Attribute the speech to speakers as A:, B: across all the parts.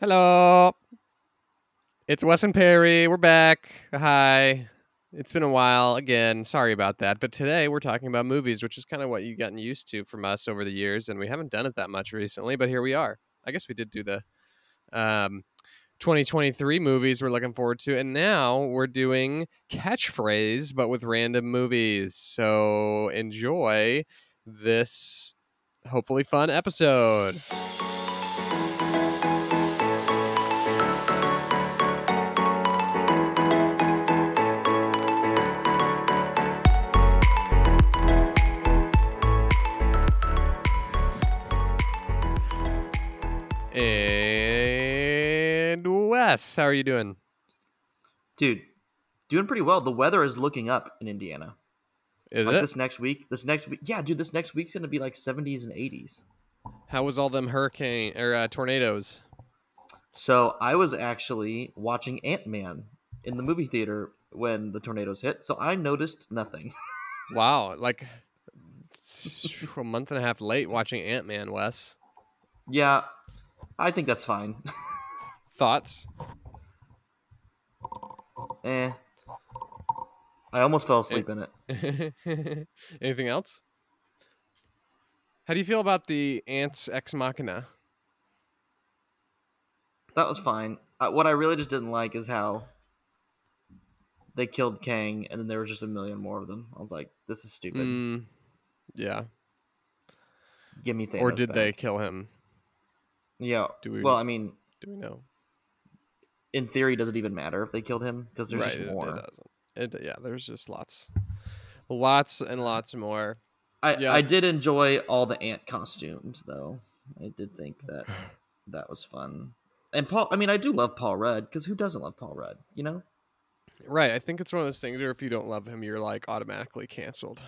A: Hello. It's Wes and Perry. We're back. Hi. It's been a while again. Sorry about that. But today we're talking about movies, which is kind of what you've gotten used to from us over the years. And we haven't done it that much recently, but here we are. I guess we did do the um, 2023 movies we're looking forward to. And now we're doing catchphrase, but with random movies. So enjoy this hopefully fun episode. And Wes, how are you doing?
B: Dude, doing pretty well. The weather is looking up in Indiana.
A: Is
B: like
A: it?
B: this next week. This next week. Yeah, dude, this next week's going to be like 70s and 80s.
A: How was all them hurricane or uh, tornadoes?
B: So, I was actually watching Ant-Man in the movie theater when the tornadoes hit. So, I noticed nothing.
A: Wow, like a month and a half late watching Ant Man. Wes,
B: yeah. I think that's fine.
A: thoughts?
B: eh. I almost fell asleep in it.
A: Anything else? How do you feel about the ants ex machina?
B: That was fine. Uh, what I really just didn't like is how they killed Kang and then there was just a million more of them. I was like, this is stupid.
A: Mm, yeah,
B: Give me Thanos
A: or did they
B: back.
A: kill him?
B: Yeah.
A: Do we?
B: Well, I mean,
A: do we know?
B: in theory, does it even matter if they killed him? Because there's
A: it-
B: just
A: it
B: more.
A: doesn't. It- yeah, there's just lots, lots and lots more.
B: I,
A: Yeah.
B: I did enjoy all the ant costumes, though. I did think that that was fun. And Paul, I mean, I do love Paul Rudd because who doesn't love Paul Rudd? You know,
A: Right, I think it's one of those things where if you don't love him, you're like automatically canceled.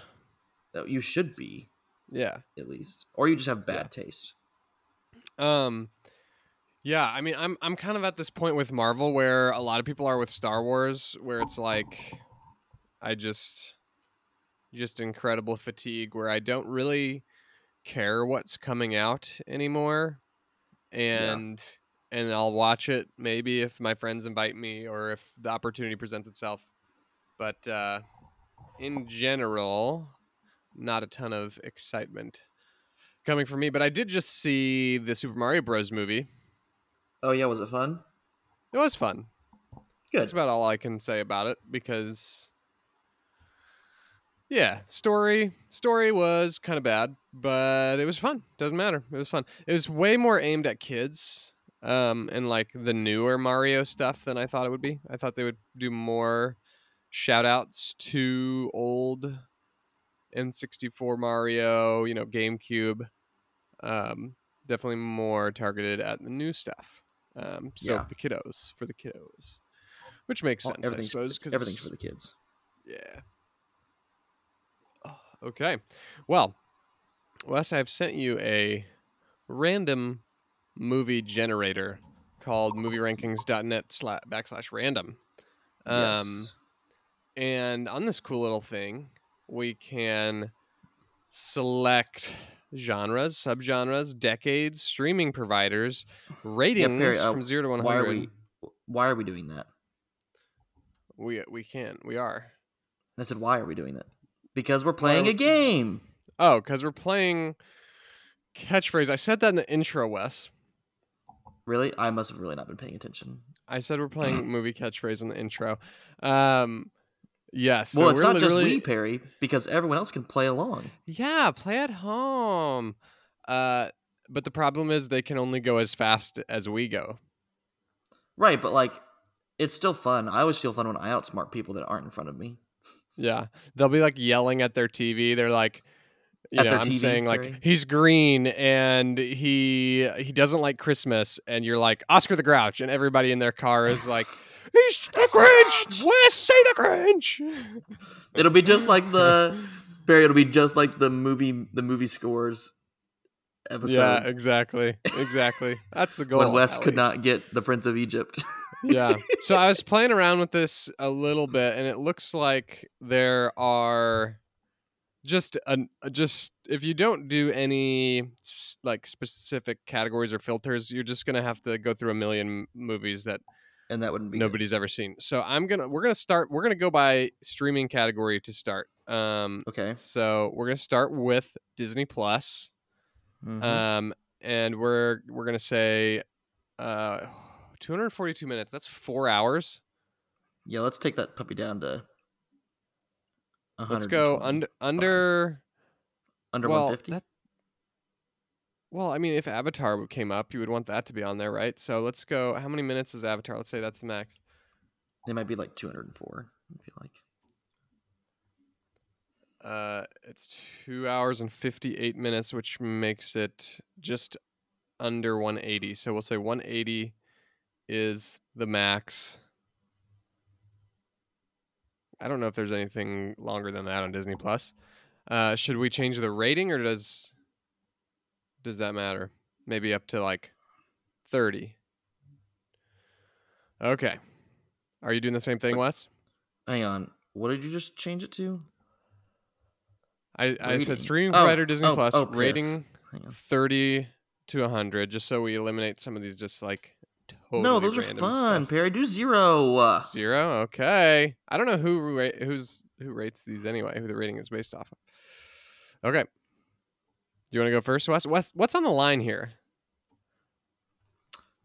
B: Uh, you should be
A: Yeah.
B: at least, or you just have bad taste.
A: Um yeah, I mean I'm I'm kind of at this point with Marvel where a lot of people are with Star Wars where it's like I just just incredible fatigue where I don't really care what's coming out anymore and and I'll watch it maybe if my friends invite me or if the opportunity presents itself. But uh in general, not a ton of excitement coming from me, but I did just see the Super Mario Bros. movie.
B: Oh yeah, was it fun?
A: It was fun.
B: Good.
A: That's about all I can say about it because, yeah, story story was kind of bad, but it was fun. Doesn't matter. It was fun. It was way more aimed at kids, um, and like the newer Mario stuff than I thought it would be. I thought they would do more shout outs to old N64 Mario, you know, GameCube. Um, definitely more targeted at the new stuff. Um, so
B: Yeah.
A: the kiddos for the kiddos, which makes
B: Well,
A: sense, I
B: everything's for
A: suppose.
B: the,
A: 'cause
B: everything's for
A: it's-
B: the kids.
A: yeah. Oh, Okay. Well, Wes, I've sent you a random movie generator called movierankings.net slash backslash random. Um,
B: yes.
A: and on this cool little thing, we can select genres, subgenres, decades, streaming providers, ratings
B: uh,
A: from 0 to 100.
B: Why are we? Why are we doing that?
A: we we can. We are.
B: I said, why are we doing that? Because we're playing
A: are
B: a
A: we-
B: game.
A: Oh, cuz we're playing catchphrase. I said that in the intro, Wes.
B: Really, I must have really not been paying attention.
A: I said we're playing movie catchphrase in the intro. Um yes.
B: well, it's
A: we're
B: not
A: literally
B: just we, Perry, because everyone else can play along.
A: Yeah, play at home. Uh but the problem is they can only go as fast as we go.
B: Right, but like, it's still fun. I always feel fun when I outsmart people that aren't in front of me.
A: Yeah. They'll be like yelling at their TV. They're like, you
B: At
A: know,
B: their
A: I'm
B: TV,
A: saying
B: Perry?
A: like he's green and he he doesn't like Christmas and you're like Oscar the Grouch and everybody in their car is like he's the
B: It's the
A: Grinch.
B: Grinch!"
A: Wes, say the Grinch.
B: It'll be just like the Perry. It'll be just like the movie, the movie scores episode
A: yeah, exactly. Exactly. That's the goal.
B: when Wes
A: at
B: could
A: least.
B: not get the Prince of Egypt.
A: yeah. So I was playing around with this a little bit, and it looks like there are just an uh, just if you don't do any s- like specific categories or filters, you're just gonna have to go through a million m- movies that
B: and that wouldn't be good.
A: nobody's ever seen. So I'm gonna we're gonna start we're gonna go by streaming category to start. Um,
B: Okay.
A: so we're gonna start with Disney Plus.
B: Mhm.
A: Um, and we're we're gonna say, uh, 242 minutes. That's four hours.
B: yeah, let's take that puppy down to.
A: Let's go
B: 120.
A: under under
B: under
A: well,
B: 150.
A: that- well, I mean, if Avatar w- came up, you would want that to be on there, right? So let's go. How many minutes is Avatar? Let's say that's the max.
B: They might be like 204. I feel like.
A: Uh, it's two hours and 58 minutes, which makes it just under 180. So we'll say 180 is the max. I don't know if there's anything longer than that on Disney Plus. Uh, should we change the rating, or does does that matter? Maybe up to like 30. Okay. Are you doing the same thing, Wes?
B: Hang on. What did you just change it to?
A: I, I said
B: Rating.
A: streaming
B: Oh,
A: provider Disney
B: oh,
A: Plus
B: oh, piss.
A: rating
B: Hang on.
A: 30 to 100 just so we eliminate some of these just like totally
B: no, those are
A: random
B: fun,
A: stuff.
B: Perry. Do zero. Uh,
A: Zero. Okay. I don't know who ra- who's who rates these anyway, who the rating is based off of. Okay. Do you want to go first, Wes? Wes? What's on the line here?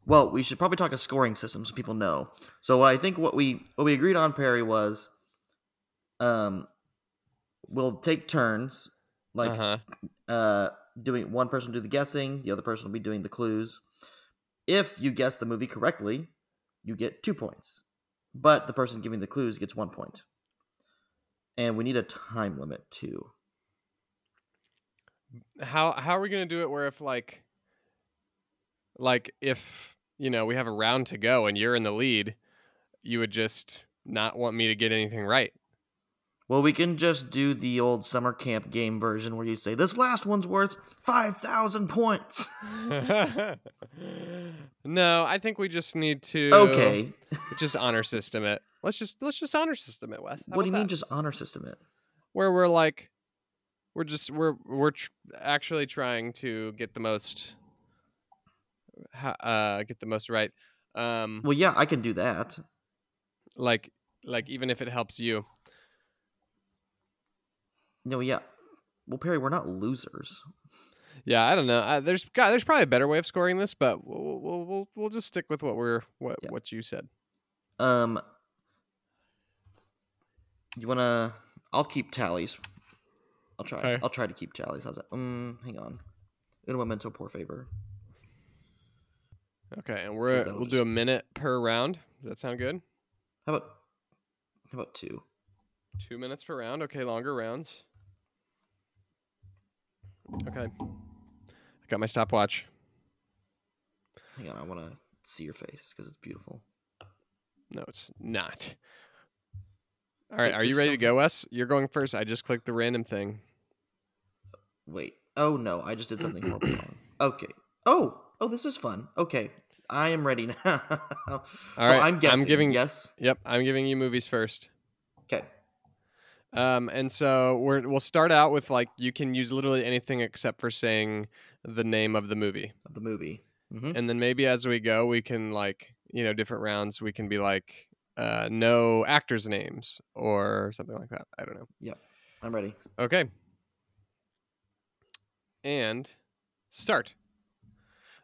B: Well, we should probably talk a scoring system so people know. So I think what we what we agreed on, Perry, was, um, we'll take turns, like
A: uh-huh.
B: uh, doing one person do the guessing, the other person will be doing the clues. If you guess the movie correctly, you get two points, but the person giving the clues gets one point. And we need a time limit too.
A: How how are we going to do it where if like like if, you know, we have a round to go and you're in the lead, you would just not want me to get anything right.
B: Well, we can just do the old summer camp game version where you say this last one's worth five thousand points.
A: no, I think we just need to
B: Okay.
A: just honor system it. Let's just let's just honor system it, Wes. How
B: What do you
A: about
B: mean,
A: that?
B: just honor system it?
A: Where we're like, we're just we're we're tr- actually trying to get the most, ha- uh, get the most right. Um,
B: Well, yeah, I can do that.
A: like like even if it helps you.
B: No, yeah. Well, Perry, we're not losers.
A: Yeah, I don't know. Uh, there's God, there's probably a better way of scoring this, but we'll we'll we'll, we'll just stick with what we're what
B: Yeah.
A: what you said.
B: Um, you wanna? I'll keep tallies. I'll try.
A: Okay.
B: I'll try to keep tallies. How's that? Um, hang on. In memento por favor.
A: Okay, and we're
B: that
A: we'll
B: what
A: do
B: it's-
A: a minute per round. Does that sound good?
B: How about? How about two?
A: Two minutes per round. Okay, longer rounds. Okay. I got my stopwatch.
B: Hang on. I wanna see your face because it's beautiful.
A: No, it's not. All right,
B: Wait,
A: are you
B: there's
A: ready to
B: something-
A: go, Wes? You're going first. I just clicked the random thing.
B: Wait. Oh no, I just did something horrible. wrong. Okay. Oh. Oh, this is fun. Okay. I am ready now. so
A: right,
B: I'm
A: I'm
B: guessing.
A: giving-
B: yes.
A: Yep, I'm giving you movies first.
B: Okay.
A: Um, and so we're, we'll start out with like you can use literally anything except for saying the name of the movie.
B: Of the movie. hmm
A: and then maybe as we go we can like you know different rounds we can be like uh no actors names or something like that i don't know
B: I'm ready.
A: okay and start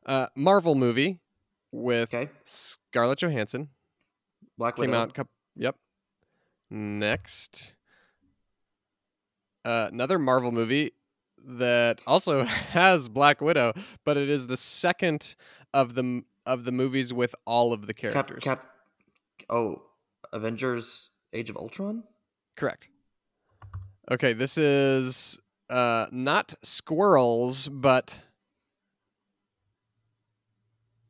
A: uh marvel movie with
B: Okay.
A: scarlett johansson
B: Black
A: came
B: Widow.
A: out coup yep next uh, another marvel movie that also has black widow but it is the second of the m- of the movies with all of the
B: Cap,
A: characters
B: Cap. Oh, Avengers: Age of Ultron.
A: correct okay this is uh not squirrels but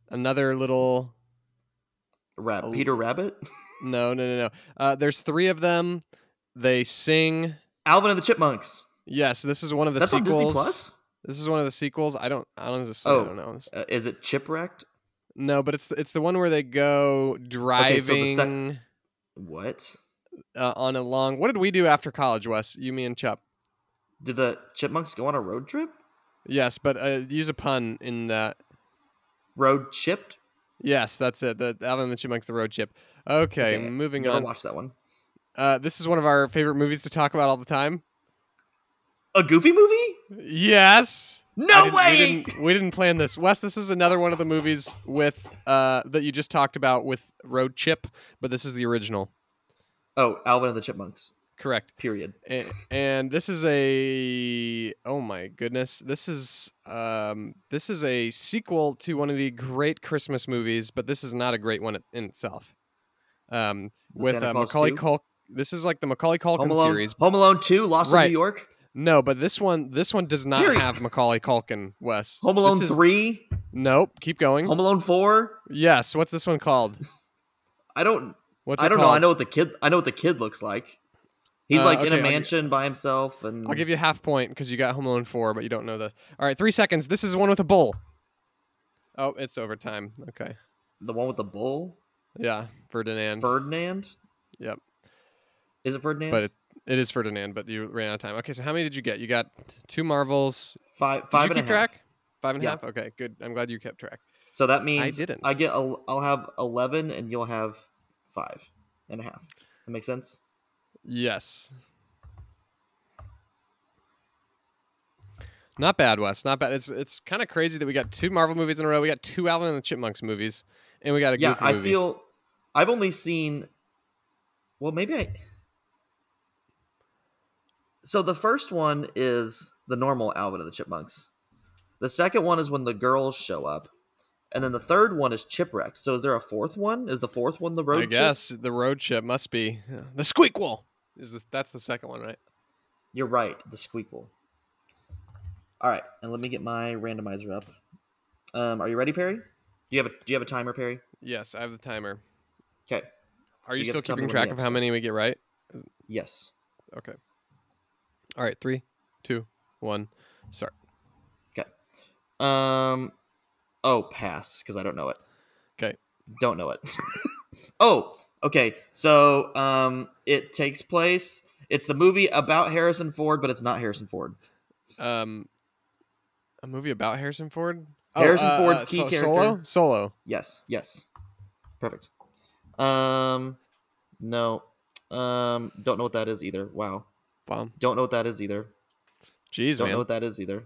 A: another little
B: Rab-
A: Oh.
B: Peter Rabbit.
A: no no no no uh there's three of them they sing
B: Alvin and the Chipmunks.
A: Yes, this is one of the
B: That's
A: sequels.
B: on Disney Plus.
A: This is one of the sequels. I don't. I don't. Just, I
B: Oh.
A: don't know. This-
B: Uh, is it Chipwrecked?
A: No, but it's it's the one where they go
B: the sec-
A: driving
B: What?
A: uh, on a long. What did we do after college, Wes? You, me, and Chup.
B: Did the chipmunks go on a road trip?
A: Yes, but uh, use a pun in that.
B: Road chipped?
A: Yes, that's it. The Alvin and the Chipmunks, the road chip. Okay,
B: Okay,
A: moving
B: Never
A: on.
B: watched that one.
A: Uh, this is one of our favorite movies to talk about all the time.
B: A Goofy movie?
A: Yes. I
B: No
A: didn't-
B: way!
A: We didn't, we didn't plan this, Wes. This is another one of the movies with uh, that you just talked about with Road Chip, but this is the original.
B: Oh, Alvin and the Chipmunks.
A: Correct.
B: Period.
A: and, and this is a oh my goodness this is um this is a sequel to one of the great christmas movies but this is not a great one in itself um
B: The
A: with
B: Santa
A: uh,
B: Claus
A: macaulay
B: 2?
A: culkin this is like the macaulay
B: Home
A: culkin
B: Alone,
A: series
B: Home Alone 2, Lost
A: Right.
B: in New York.
A: no but this one this one does not
B: Here-
A: have macaulay culkin wes
B: Home Alone
A: This is- Hmm?
B: 3,
A: nope keep going
B: Home Alone 4.
A: yes what's this one called
B: I don't
A: what's it
B: I don't know.
A: called?
B: I know what the kid I know what the kid looks like. He's
A: Uh,
B: like in
A: okay,
B: a
A: I'll gi-
B: mansion by himself and
A: i'll give you half point because you got home alone 4 but you don't know the all right three seconds this is one with a bull oh it's overtime okay
B: the one with the bull,
A: Yeah, Ferdinand.
B: Ferdinand.
A: Yep.
B: Is it Ferdinand?
A: But it, it is Ferdinand, but you ran out of time. Okay, so how many did you get? You got two Marvels.
B: five
A: Did
B: five
A: you
B: and
A: keep
B: a half.
A: track? Five and a
B: Yeah.
A: half? Okay, good. I'm glad you kept track.
B: So that means
A: didn't.
B: I get. el- I'll have eleven, and you'll have five and a half. That makes sense.
A: Yes. Not bad, Wes. Not bad. It's it's kind of crazy that we got two Marvel movies in a row. We got two Alvin and the Chipmunks movies, and we got a
B: yeah,
A: Goofy
B: I
A: movie.
B: feel. I've only seen. Well, maybe I. So the first one is the normal Alvin and the Chipmunks. The second one is when the girls show up, and then the third one is Chipwrecked. So is there a fourth one? Is the fourth one the road?
A: I
B: trip?
A: guess the road chip must be yeah. the Squeak Wall. Is this, that's the second one, right?
B: You're right. The squeakle. All right, and let me get my randomizer up. Um, are you ready, Perry? Do you have a Do you have a timer, Perry?
A: Yes, I have the timer.
B: Okay.
A: Are
B: So
A: you
B: you have
A: still
B: to tell
A: keeping
B: me when we
A: track of how
B: have
A: many we get right?
B: Yes.
A: Okay. All right, three, two, one. Start.
B: Um. Oh, pass because I don't know it.
A: 'Kay.
B: Don't know it. oh, okay. So, um, it takes place. It's the movie about Harrison Ford, but it's not Harrison Ford.
A: Um, a movie about Harrison Ford. Oh, uh,
B: Harrison Ford's key
A: so-
B: character.
A: Solo. Solo.
B: Yes. Yes. Perfect. Um. No. Um. Don't know what that is either. Wow.
A: Wow.
B: Don't know what that is either.
A: Jeez,
B: Don't
A: man.
B: know what that is either.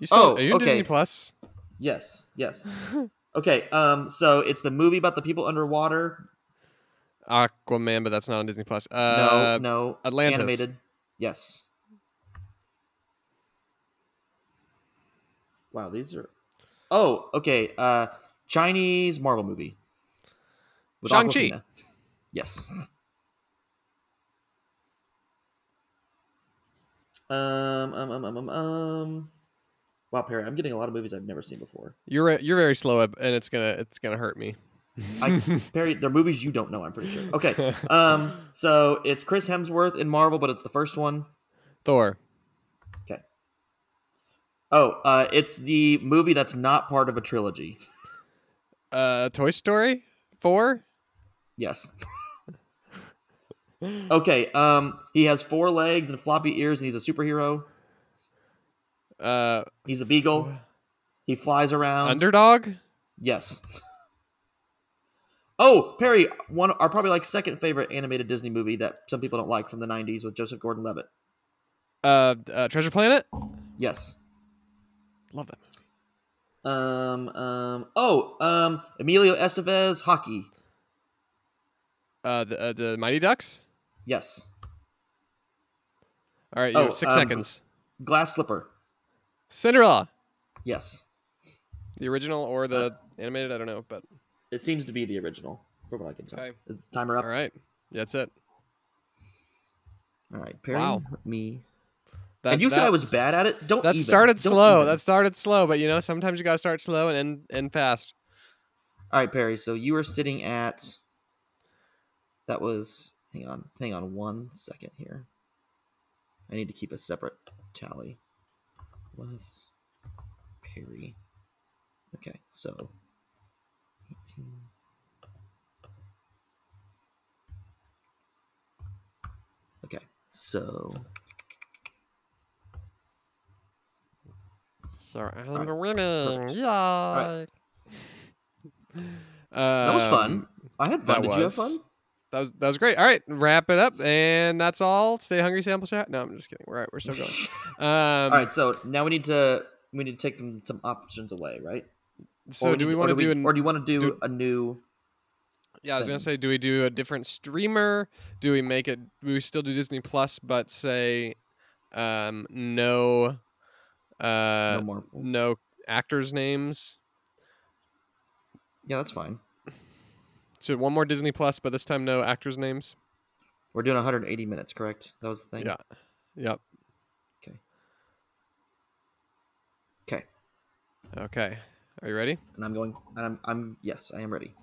A: you still,
B: Oh,
A: are you in Disney
B: okay.
A: Plus?
B: Yes, yes. okay, um, so it's the movie about the people underwater.
A: Aquaman, but that's not on Disney Plus.
B: No,
A: Uh,
B: no.
A: Atlantis.
B: Animated. Yes. Wow, these are. Oh, okay. Uh, Chinese Marvel movie. With
A: Shang-Chi.
B: Aquafina. Yes. Um, um, um, um, um, um. Wow, Perry, I'm getting a lot of movies I've never seen before.
A: You're you're very slow, up, and it's gonna it's gonna hurt me.
B: I- Perry, they're movies you don't know, I'm pretty sure. Okay. Um, so it's Chris Hemsworth in Marvel, but it's the first one.
A: Thor.
B: Oh, uh, it's the movie that's not part of a trilogy.
A: Uh, Toy Story four.
B: Yes. okay. Um, he has four legs and floppy ears, and he's a superhero.
A: Uh,
B: He's a beagle. He flies around.
A: Underdog.
B: yes. Oh, Perry, one our probably like second favorite animated Disney movie that some people don't like from the '90s with Joseph Gordon-Levitt.
A: Uh, uh, Treasure Planet.
B: Yes.
A: Love that. movie.
B: Um. Um. Oh. Um. Emilio Estevez, hockey.
A: Uh, the uh, the Mighty Ducks.
B: Yes.
A: All right, you
B: Oh,
A: have six
B: um,
A: seconds.
B: Glass slipper.
A: Cinderella.
B: Yes.
A: The original or the
B: Uh,
A: animated, I don't know, but
B: It seems to be the original, from what I can tell.
A: Okay.
B: Is the timer up?
A: all right. Yeah, that's it.
B: All right, Perry.
A: Wow.
B: let Me.
A: That,
B: and you said I was
A: that's-
B: bad at it. Don't.
A: That
B: even.
A: started
B: Don't
A: slow.
B: even.
A: That started slow, but you know, sometimes you gotta start slow and end, end fast.
B: All right, Perry. So you are sitting at. That was. Hang on. Hang on one second here. I need to keep a separate tally. Wes Perry. Okay, so. 18. Okay, so.
A: So I'm
B: right,
A: winning.
B: perfect.
A: Yeah. Um,
B: That was fun. I had fun.
A: that
B: Did
A: was
B: you have fun?
A: That was that was great. All right, wrap it up, and that's all. Stay hungry, sample chat. No, I'm just kidding. We're all right. We're still going. Um,
B: All right. So now we need to we need to take some some options away, right?
A: So do we want to do? an,
B: or do you want to do
A: do-
B: a new?
A: yeah, I was gonna
B: thing?
A: say, do we do a different streamer? Do we make it? Do we still do Disney Plus, but say, um, no, uh,
B: no Marvel.
A: no actors' names?
B: Yeah, that's fine.
A: So one more Disney Plus, but this time no actors' names.
B: We're doing 180 minutes, correct? That was the thing.
A: Yeah. Yep.
B: Okay. Okay.
A: Okay. Are you ready?
B: And I'm going. And I'm. I'm. Yes, I am ready.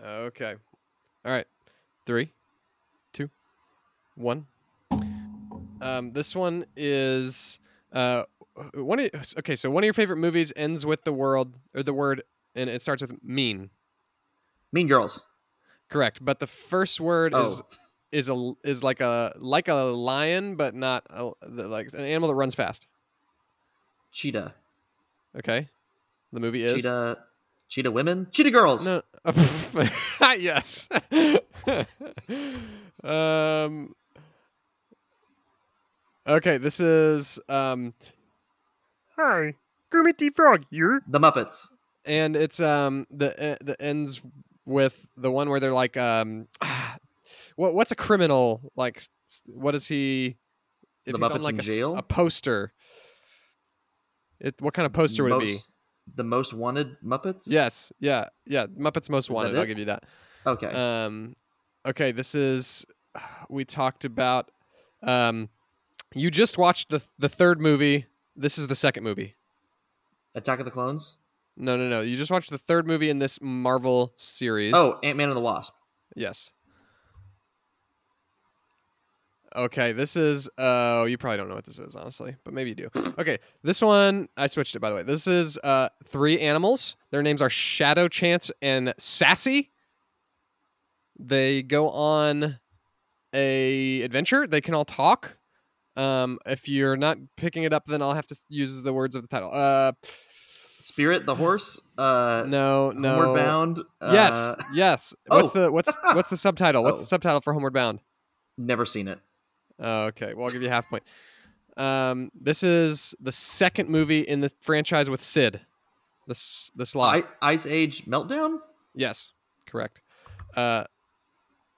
A: Okay. All right. Three, two, one. Um, this one is uh, one. Of, okay, so one of your favorite movies ends with the world or the word, and it starts with mean.
B: Mean Girls.
A: Correct, but the first word
B: Oh,
A: is is a is like a like a lion, but not a, the- like an animal that runs fast.
B: Cheetah.
A: Okay, the movie is
B: Cheetah. Cheetah women. Cheetah girls.
A: No. yes. um. Okay, this is um,
C: Hi, Kermit the Frog here.
B: The Muppets.
A: and it's um the the ends with the one where they're like um, what what's a criminal like? s- What is he? If
B: The
A: he's
B: Muppets
A: on like
B: in
A: a, s-
B: jail?
A: a poster. It what kind of poster would it be?
B: Most- The most wanted Muppets.
A: Yes, yeah, yeah. Muppets Most
B: that
A: Wanted. I'll
B: it?
A: give you that.
B: Okay.
A: Um, okay, this is we talked about. Um, you just watched the the third movie. This is the second movie.
B: Attack of the Clones.
A: No, no, no. You just watched the third movie in this Marvel series.
B: Oh, Ant Man and the Wasp.
A: yes. Okay, this is. Oh, you probably don't know what this is, honestly, but maybe you do. Okay, this one I switched it by the way. This is uh, three animals. Their names are Shadow, Chance, and Sassy. They go on a adventure. They can all talk. Um, if you're not picking it up, then I'll have to s- use the words of the title. Uh,
B: Spirit the horse. Uh,
A: no, no.
B: Homeward Bound.
A: Yes,
B: Uh,
A: yes.
B: oh.
A: What's the what's what's the subtitle? What's the
B: Oh.
A: subtitle for Homeward Bound?
B: never seen it.
A: Oh, okay, well I'll give you half point. Um, this is the second movie in the franchise with Sid, the s- the slot.
B: I, Ice Age Meltdown.
A: Yes, correct. Uh,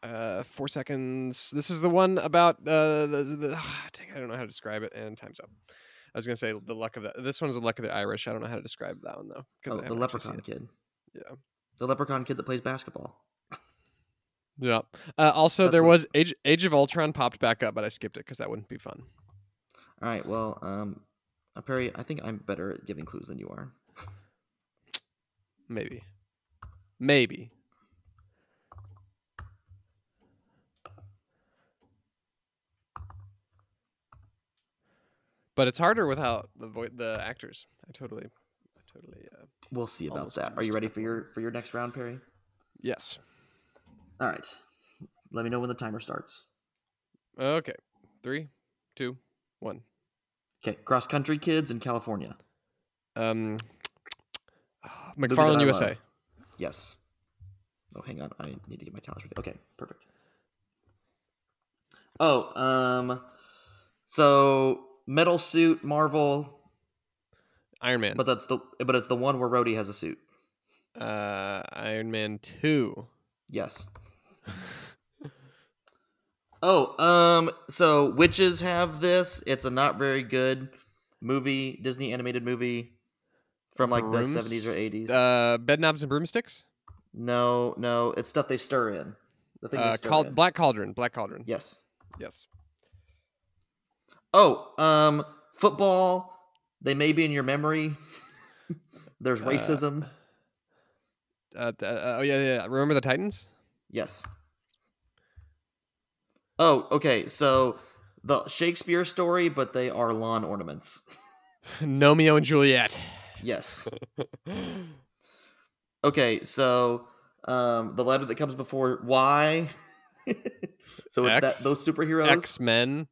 A: uh, four seconds. This is the one about uh, the, the, the dang, I don't know how to describe it, and time's up. I was gonna say the luck of the. This one's the luck of the Irish. I don't know how to describe that one though. 'cause
B: Oh,
A: I
B: the
A: haven't actually seen
B: leprechaun kid.
A: Yeah.
B: The leprechaun kid that plays basketball.
A: it. Yeah. Uh, also,
B: That's
A: there
B: what-
A: was Age Age of Ultron popped back up, but I skipped it because that wouldn't be fun.
B: All right. Well, um, uh, Perry, I think I'm better at giving clues than you are.
A: Maybe. Maybe. But it's harder without the vo- the actors. I totally, I totally. Uh,
B: We'll see about
A: Almost
B: that. Are you ready for your for your next round, Perry?
A: yes.
B: All right. Let me know when the timer starts.
A: Okay. Three, two, one.
B: Okay. Cross country kids in California.
A: Um, ah,
B: Movie that I
A: McFarlane
B: love.
A: USA.
B: Yes. Oh, hang on. I need to get my calendar. Okay, perfect. Oh, um, so metal suit Marvel,
A: Iron Man.
B: but that's the but it's the one where Rhodey has a suit.
A: uh, Iron Man Two.
B: Yes. Oh, um, so witches have this. It's a not very good movie, Disney animated movie from like
A: Brooms-
B: the seventies or eighties.
A: Uh, Bedknobs and Broomsticks.
B: no, no, it's stuff they stir in. The thing they
A: Uh,
B: stir
A: called
B: in.
A: Black Cauldron. Black Cauldron.
B: Yes.
A: Yes.
B: Oh, um, football. They may be in your memory. There's
A: Uh,
B: racism.
A: Uh, th- uh, oh yeah, yeah. yeah. Remember the Titans?
B: Yes. Oh, okay. So the Shakespeare story, but they are lawn ornaments.
A: Nomeo and Juliet.
B: Yes. Okay. So um, the letter that comes before Y. so it's
A: X.
B: that those superheroes.
A: X Men.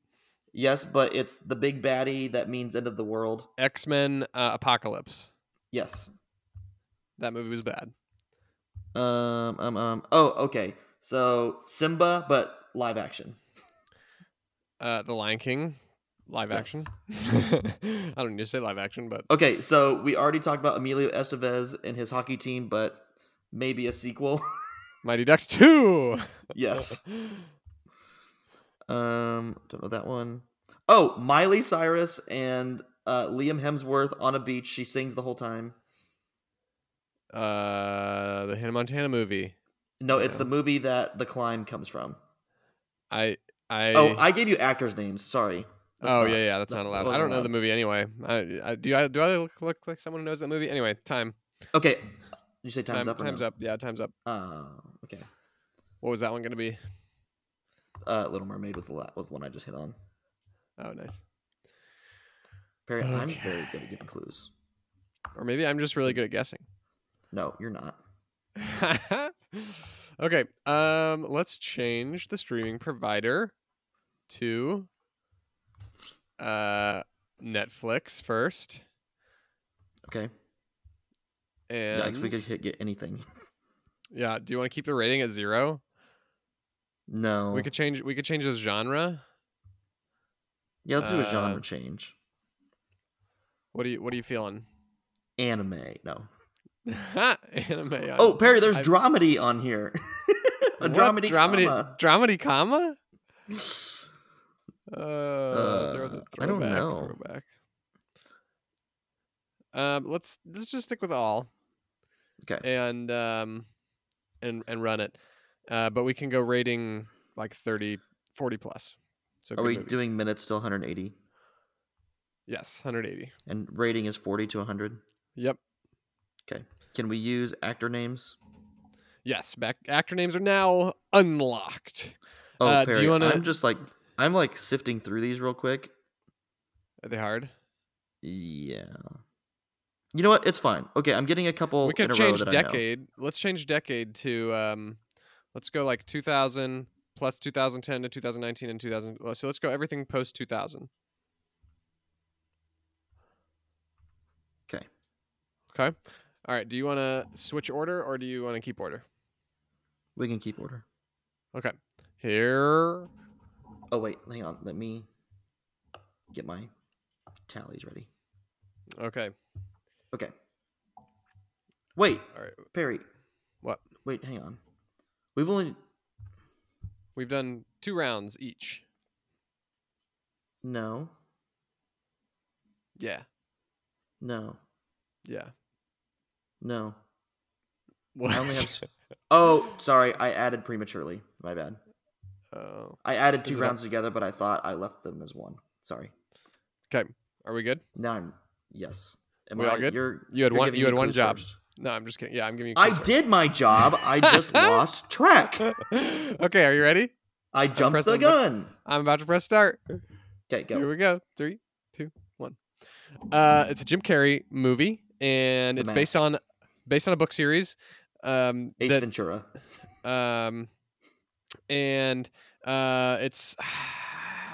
B: Yes, but it's the big baddie that means end of the world.
A: X Men uh, Apocalypse.
B: Yes.
A: That movie was bad.
B: Um, um, um. Oh, okay. So Simba, but live action.
A: Uh, the Lion King, live
B: Yes.
A: action. I don't need to say live action, but
B: Okay, so we already talked about Emilio Estevez and his hockey team, but maybe a sequel.
A: Mighty Ducks two.
B: yes. Um, don't know that one. Oh, Miley Cyrus and uh, Liam Hemsworth on a beach. She sings the whole time.
A: uh, the Hannah Montana movie.
B: No, it's
A: Yeah.
B: the movie that The Climb comes from.
A: I I
B: Oh, I gave you actors' names. Sorry. That's
A: Oh
B: not-
A: yeah, yeah, that's
B: that
A: not allowed. I
B: wasn't
A: don't know the
B: allowed.
A: movie anyway. I, I do I do I look, look like someone who knows that movie? Anyway, time.
B: Okay, you say time's
A: time,
B: up. Or
A: time's up. Yeah, time's up.
B: Uh, okay.
A: What was that one gonna be?
B: Uh, Little Mermaid was the la- was the one I just hit on.
A: Oh, nice.
B: Perry, I'm
A: Okay.
B: very good at giving clues.
A: Or maybe I'm just really good at guessing.
B: No, you're not.
A: okay. Um, let's change the streaming provider to uh Netflix first.
B: Okay. Yeah,
A: And
B: 'cause we could hit, get anything.
A: yeah, do you want to keep the rating at zero?
B: No.
A: We could change. We could change this genre.
B: yeah, let's do a
A: uh,
B: genre change.
A: What do you What are you feeling?
B: Anime. No.
A: Anime. on-
B: Oh, Perry, there's
A: I've-
B: dramedy on here. a
A: What?
B: dramedy.
A: Dramedy.
B: comma.
A: Dramedy comma. Uh, throw the
B: Uh, I don't
A: throwback,
B: know.
A: Throwback. Um, let's let's just stick with all.
B: Okay.
A: And um, and and run it, uh, but we can go rating like 30, 40 plus. So
B: Are
A: good
B: we
A: movies.
B: doing minutes still 180?
A: Yes, hundred eighty.
B: And rating is 40 to 100.
A: Yep.
B: Can we use actor names?
A: Yes. Back actor names are now unlocked.
B: Oh,
A: Uh, do
B: Perry,
A: you wanna-
B: I'm just like I'm like sifting through these real quick.
A: Are they hard?
B: Yeah. You know what? It's fine. Okay, I'm getting a couple.
A: we
B: in
A: could
B: a
A: change
B: row that
A: decade. Let's change decade to um, let's go like 2000 plus 2010 to 2019 and 2000. So let's go everything post 2000.
B: I know. Okay.
A: Okay. All right. Do you want to switch order or do you want to keep order?
B: We can keep order.
A: Okay. Here.
B: Oh wait, hang on. Let me get my tallies ready.
A: Okay.
B: Okay. Wait,
A: All right.
B: Perry.
A: What?
B: Wait, hang on. We've only
A: We've done two rounds each.
B: no,
A: Yeah.
B: no,
A: Yeah.
B: no.
A: What?
B: I only have. s- oh, sorry. I added prematurely. My bad.
A: oh.
B: I added two
A: Is it a-
B: rounds together, but I thought I left them as one. Sorry.
A: Okay. Are we good?
B: Now I'm yes. Am
A: We all good?
B: You're,
A: You had
B: you're
A: one-
B: giving
A: you
B: me
A: had one
B: clues
A: job.
B: first.
A: No, I'm just kidding. Yeah, I'm giving you.
B: I
A: clues
B: did my job. I just lost track.
A: first. okay. Are you ready?
B: I jumped
A: pressed
B: the
A: on the button.
B: gun.
A: I'm about to press start.
B: Okay, go.
A: Here we go. Three, two, one. Uh, it's a Jim Carrey movie, and
B: The
A: it's based on based on a book series. Um,
B: Ace
A: that,
B: Ventura.
A: um, and uh, it's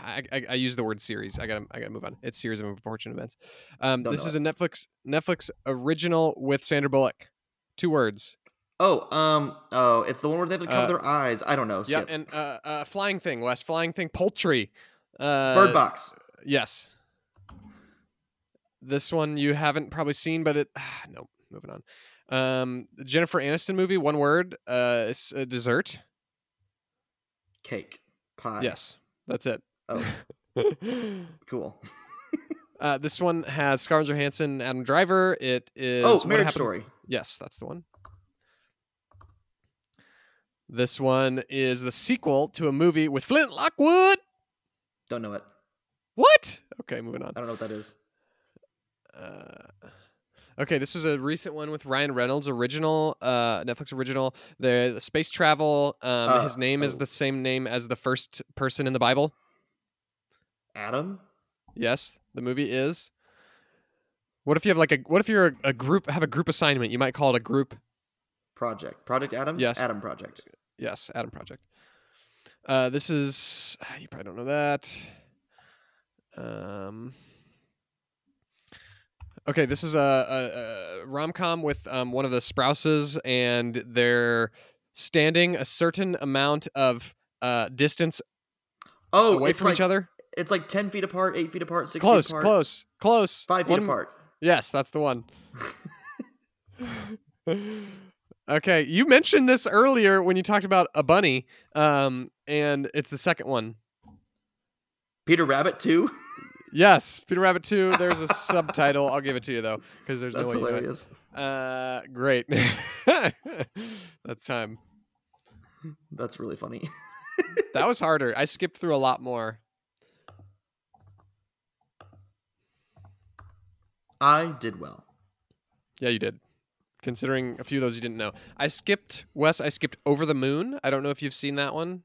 A: I, I, I use the word series. I gotta I gotta move on. It's series of unfortunate events. Um,
B: Don't
A: this
B: know
A: is a Netflix Netflix original with Sandra Bullock. Two words.
B: Oh, um, oh, it's the one where they have to cover
A: Uh,
B: their eyes. I don't know.
A: Yeah,
B: Skip.
A: and uh, uh, flying thing, Wes. Flying thing, poultry. Uh,
B: Bird Box.
A: Yes. This one you haven't probably seen, but it no. Moving on. Um, the Jennifer Aniston movie, one word. Uh, it's a dessert.
B: Cake. Pie.
A: Yes, that's it.
B: Oh, cool.
A: uh, this one has Scarlett Johansson, and Adam Driver. It is
B: oh,
A: What
B: Marriage
A: Happened-
B: Story.
A: Yes, that's the one. This one is the sequel to a movie with Flint Lockwood.
B: Don't know it.
A: What? Okay, moving on.
B: I don't know what that is.
A: Uh, okay, this was a recent one with Ryan Reynolds, original uh, Netflix original. The, the space travel. Um,
B: Uh,
A: his name is
B: oh.
A: the same name as the first person in the Bible.
B: Adam.
A: Yes, the movie is. What if you have like a? What if you're a, a group? Have a group assignment. You might call it a group.
B: Project. Project Adam.
A: Yes.
B: Adam Project.
A: Yes, Adam Project. Uh, this is you probably don't know that. Um, okay, this is a, a, a rom com with um, one of the Sprouses, and they're standing a certain amount of uh, distance
B: Oh,
A: away
B: it's
A: from
B: like,
A: each other.
B: It's like ten feet apart, eight feet apart, six
A: Close,
B: feet apart,
A: close, close.
B: five feet
A: One-
B: apart.
A: Yes, that's the one. okay, you mentioned this earlier when you talked about a bunny, um, and it's the second one.
B: Peter Rabbit too.
A: Yes, Peter Rabbit 2. There's a subtitle. I'll give it to you though, because there's
B: That's
A: no way you know it.
B: hilarious.
A: Uh, great. That's time.
B: That's really funny.
A: That was harder. I skipped through a lot more.
B: I did well.
A: Yeah, you did. Considering a few of those you didn't know, I skipped Wes. I skipped Over the Moon. I don't know if you've seen that one.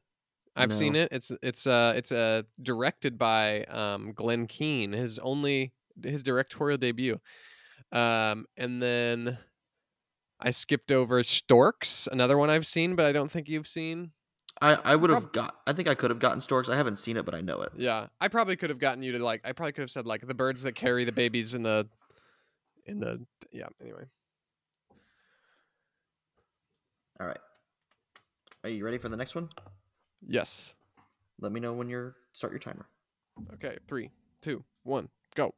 A: I've
B: No.
A: seen it. It's it's uh it's uh directed by um Glenn Keane. His only his directorial debut. Um and then I skipped over Storks, another one I've seen, but I don't think you've seen.
B: I, I would have got. I think I could have gotten Storks. I haven't seen it, but I know it.
A: Yeah, I probably could have gotten you to like. I probably could have said like the birds that carry the babies in the, in the yeah. Anyway,
B: All right. Are you ready for the next one?
A: yes.
B: Let me know when you're start your timer.
A: Okay, three, two, one, go.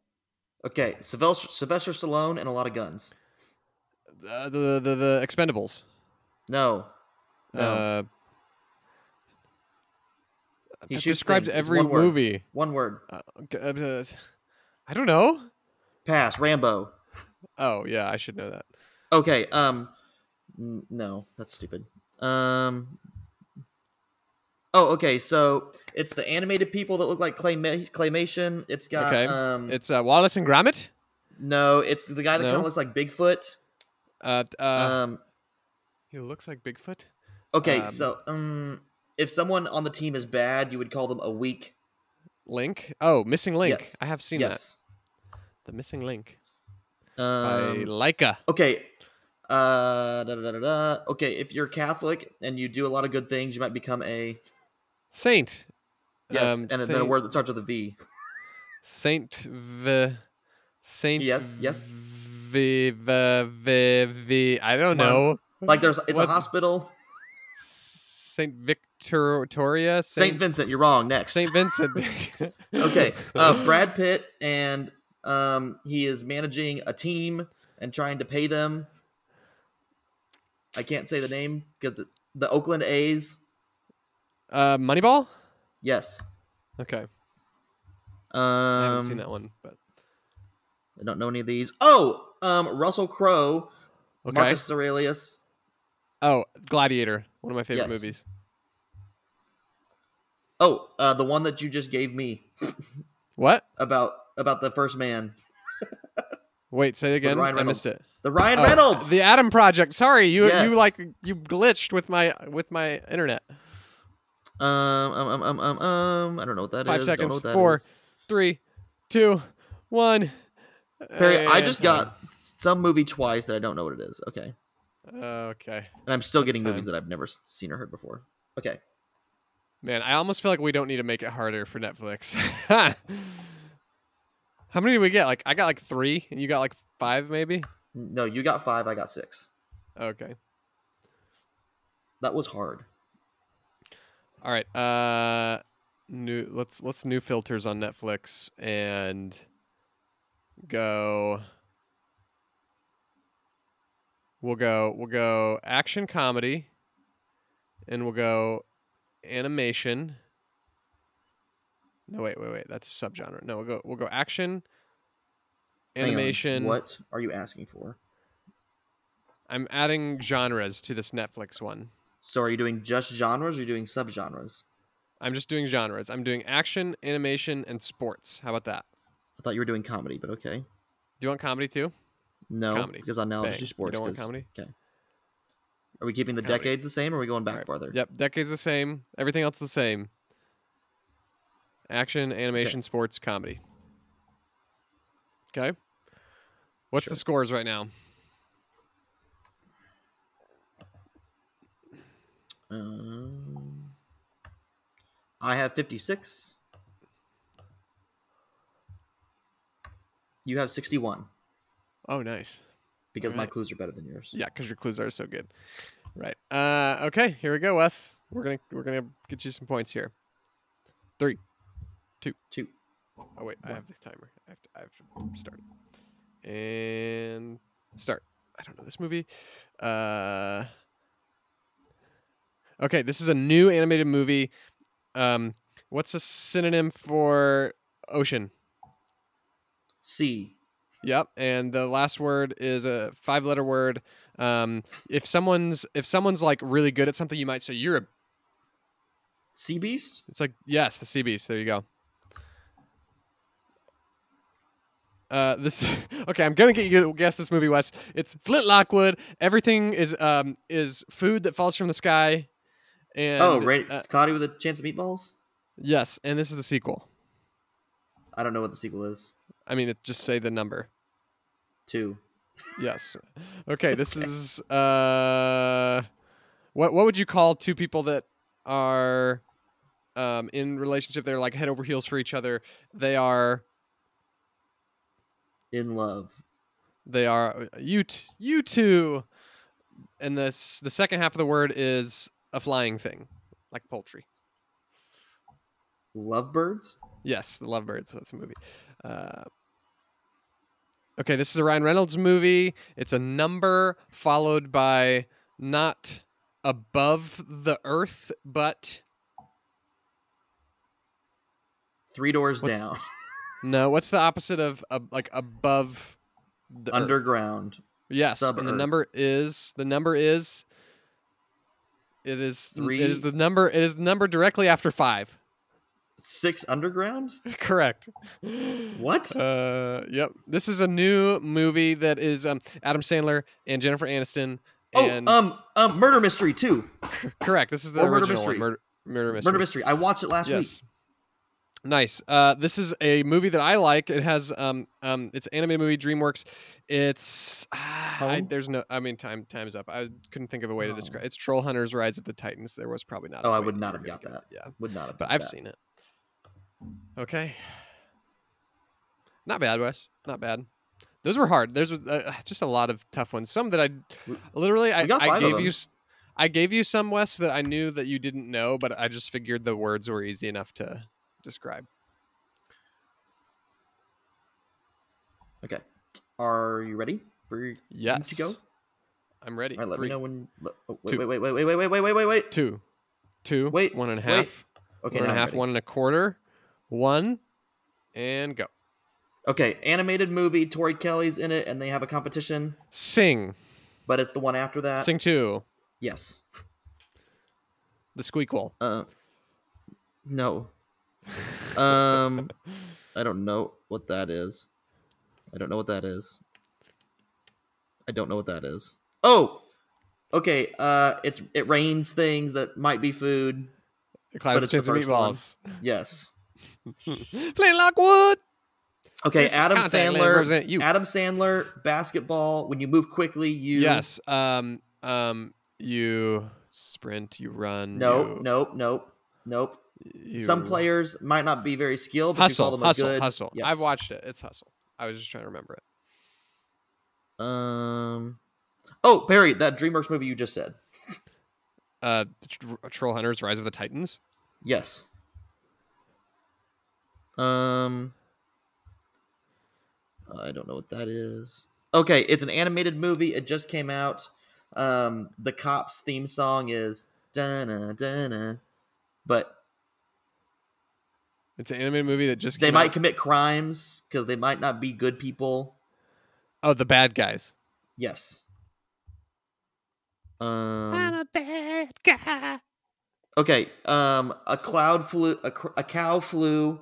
B: Okay, Sylvester, Sylvester Stallone and a lot of guns.
A: Uh, the the the Expendables.
B: No, no.
A: Uh,
B: He
A: that
B: shoots
A: describes
B: things. It's
A: every
B: one word.
A: movie.
B: One word.
A: Uh, g- uh, uh, I don't know.
B: Pass. Rambo.
A: Oh yeah, I should know that.
B: Okay. Um, n- no, that's stupid. Um. Oh, okay. So it's the animated people that look like clayma- claymation. It's got
A: Okay,
B: um.
A: It's uh, Wallace and Gromit.
B: no, it's the guy that
A: No?
B: kind of looks like Bigfoot.
A: Uh, t- uh,
B: um.
A: he looks like Bigfoot.
B: Okay,
A: um,
B: so um, if someone on the team is bad, you would call them a weak.
A: Link. Oh, missing link.
B: Yes.
A: I have seen
B: yes.
A: that. The missing link by
B: Um,
A: Leica.
B: okay. Uh, da, da, da, da, da. Okay, if you're Catholic and you do a lot of good things, you might become a
A: Saint.
B: yes,
A: Um,
B: and then a
A: Saint-
B: word that starts with a V.
A: Saint V. Saint.
B: Yes, yes.
A: V. V. V. V. I don't
B: Come on.
A: know.
B: Like there's, it's
A: What-
B: a hospital.
A: Saint Victoria.
B: Saint Vincent. You're wrong. Next.
A: Saint Vincent.
B: okay, uh, Brad Pitt and um, he is managing a team and trying to pay them. I can't say the name because the Oakland A's.
A: Uh, Moneyball.
B: Yes.
A: Okay,
B: Um,
A: I haven't seen that one, but
B: I don't know any of these. Oh, um, Russell Crowe,
A: okay.
B: Marcus Aurelius.
A: Oh, Gladiator. One of my favorite
B: Yes.
A: movies.
B: Oh, uh, the one that you just gave me
A: What?
B: about about the first man,
A: Wait, say it again.
B: Ryan
A: I missed
B: Reynolds.
A: it.
B: the Ryan
A: Oh,
B: Reynolds.
A: The Adam Project. Sorry, you
B: Yes.
A: you like you glitched with my with my internet.
B: um, um, um, um, um, um, I don't know what that
A: Five
B: is. Don't know
A: seconds.
B: what that
A: Four.
B: is.
A: Three, two, one.
B: Perry, I
A: And
B: just
A: time.
B: got some movie twice that I don't know what it is. Okay, and
A: Okay,
B: I'm still
A: That's
B: getting movies
A: fine.
B: that I've never s- seen or heard before. Okay,
A: man. I almost feel like we don't need to make it harder for Netflix. How many did we get? Like I got like three, and you got like five, maybe.
B: no, you got five. I got six.
A: Okay.
B: That was hard.
A: All right. Uh new let's let's new filters on Netflix and go We'll go we'll go action comedy and we'll go animation. No wait, wait, wait. That's subgenre. No, we'll go we'll go action
B: Hang on.
A: animation.
B: What are you asking for?
A: I'm adding genres to this Netflix one.
B: So, are you doing just genres? or Are you doing subgenres?
A: I'm just doing genres. I'm doing action, animation, and sports. How about that?
B: I thought you were doing comedy, but okay.
A: Do you want comedy too?
B: No,
A: Comedy.
B: because I know
A: Bang.
B: it's
A: You
B: just sports.
A: don't want
B: 'cause-
A: comedy?
B: Okay. Are we keeping the
A: Comedy.
B: decades the same, or are we going back
A: Alright.
B: farther?
A: Yep, decade's the same. Everything else the same. Action, animation, sports, comedy. Okay. What's the
B: Sure.
A: scores right now?
B: Um, I have fifty-six. You have 61
A: Oh, nice.
B: because my
A: Alright.
B: clues are better than yours.
A: Yeah, because your clues are so good. Right. Uh, okay. Here we go, Wes. We're gonna we're gonna get you some points here.
B: Two.
A: Oh wait, I have the timer. I have to I have to start. it. And start. I don't know this movie. Uh. Okay, this is a new animated movie. Um, what's a synonym for ocean?
B: C.
A: Yep, and the last word is a five-letter word. Um, if someone's if someone's like really good at something, you might say you're a
B: Sea Beast?
A: It's like yes, the sea beast. There you go. Uh, this okay. I'm gonna get you to guess this movie, Wes. It's Flint Lockwood. Everything is um is food that falls from the sky. And
B: oh, right.
A: uh,
B: Cloudy with a Chance of Meatballs?
A: yes, and this is the sequel.
B: I don't know what the sequel is.
A: I mean, it, just say the number.
B: Two.
A: Yes. Okay. This is uh, what what would you call two people that are um in relationship? They're like head over heels for each other. They are
B: In Love.
A: They are uh, you t- you two, and this the second half of the word is a flying thing, like poultry.
B: Lovebirds?
A: Yes, the Lovebirds. That's a movie. Uh, okay, this is a Ryan Reynolds movie. It's a number followed by not above the earth, but
B: Three Doors
A: What's-
B: Down.
A: no. What's the opposite of ab like above? The earth?
B: Underground.
A: Yes, and the
B: Sub-Earth.
A: number is the number is it is three. It
B: Three.
A: is the number. It is the number directly after five.
B: Six Underground?
A: Correct.
B: What?
A: Uh, yep. This is a new movie that is um Adam Sandler and Jennifer Aniston. And
B: oh, um, um, Murder Mystery 2.
A: correct. This is the
B: or Murder
A: original one.
B: Mystery.
A: Murder, murder mystery.
B: Murder Mystery. I watched it last
A: yes. Nice. Uh, this is a movie that I like. It has um um it's an animated movie DreamWorks. It's ah, I,
B: Home?
A: there's no I mean time time's up. I couldn't think of a way to
B: Oh.
A: describe. It's Troll Hunters Rise of the Titans. There was probably not.
B: Oh,
A: a
B: I
A: way
B: would
A: that
B: not
A: you were
B: have
A: gonna
B: got
A: get it. Yeah,
B: week. Would not have.
A: but
B: got
A: I've
B: that.
A: seen it. Okay. Not bad, Wes. Not bad. Those we're hard. There's uh, just a lot of tough ones. Some that I
B: We-
A: literally I,
B: we got
A: I
B: five of
A: gave you
B: them.
A: s- I gave you some Wes that I knew that you didn't know, but I just figured the words were easy enough to describe.
B: Okay. Are you ready for your
A: Yes.
B: to go?
A: I'm ready.
B: All right, let
A: Three,
B: me know when. le- Oh, wait,
A: Two.
B: wait, wait, wait, wait, wait, wait, wait, wait, wait, wait.
A: Two. Two.
B: Wait,
A: One and a
B: wait.
A: half.
B: Okay,
A: one and
B: now
A: a
B: I'm
A: half,
B: ready.
A: one and a quarter. One. And go.
B: Okay, animated movie. Tori Kelly's in it, and they have a competition,
A: Sing.
B: but it's the one after that.
A: Sing two.
B: Yes.
A: The squeakquel.
B: Uh, no. Um, I don't know what that is. I don't know what that is. I don't know what that is. Oh, okay. Uh, it's it rains things that might be food.
A: The Cloud of
B: it's the
A: Chins and
B: first one.
A: Meatballs.
B: Yes.
A: Plain Lockwood.
B: Okay,
A: This
B: Adam
A: content may
B: Sandler.
A: represent you.
B: Adam Sandler, basketball. When you move quickly, you
A: Yes. Um. Um. You sprint. You run.
B: No,
A: you-
B: nope, nope, nope.
A: you-
B: Some players might not be very skilled, but you call
A: Hustle.
B: them a
A: Hustle.
B: good.
A: Hustle.
B: Yes.
A: I've watched it. It's hustle. I was just trying to remember it.
B: Um. Oh, Perry, that DreamWorks movie you just said.
A: Uh, Tr- Troll Hunters: Rise of the Titans.
B: Yes. Um. I don't know what that is. Okay, it's an animated movie. It just came out. Um, the cops theme song is dun dun, but
A: It's an animated movie that just
B: they
A: came
B: might
A: out.
B: commit crimes because they might not be good people.
A: Oh, the bad guys.
B: Yes. Um,
C: a bad guy.
B: okay. Um, a cloud flew. A, cr- a cow flew.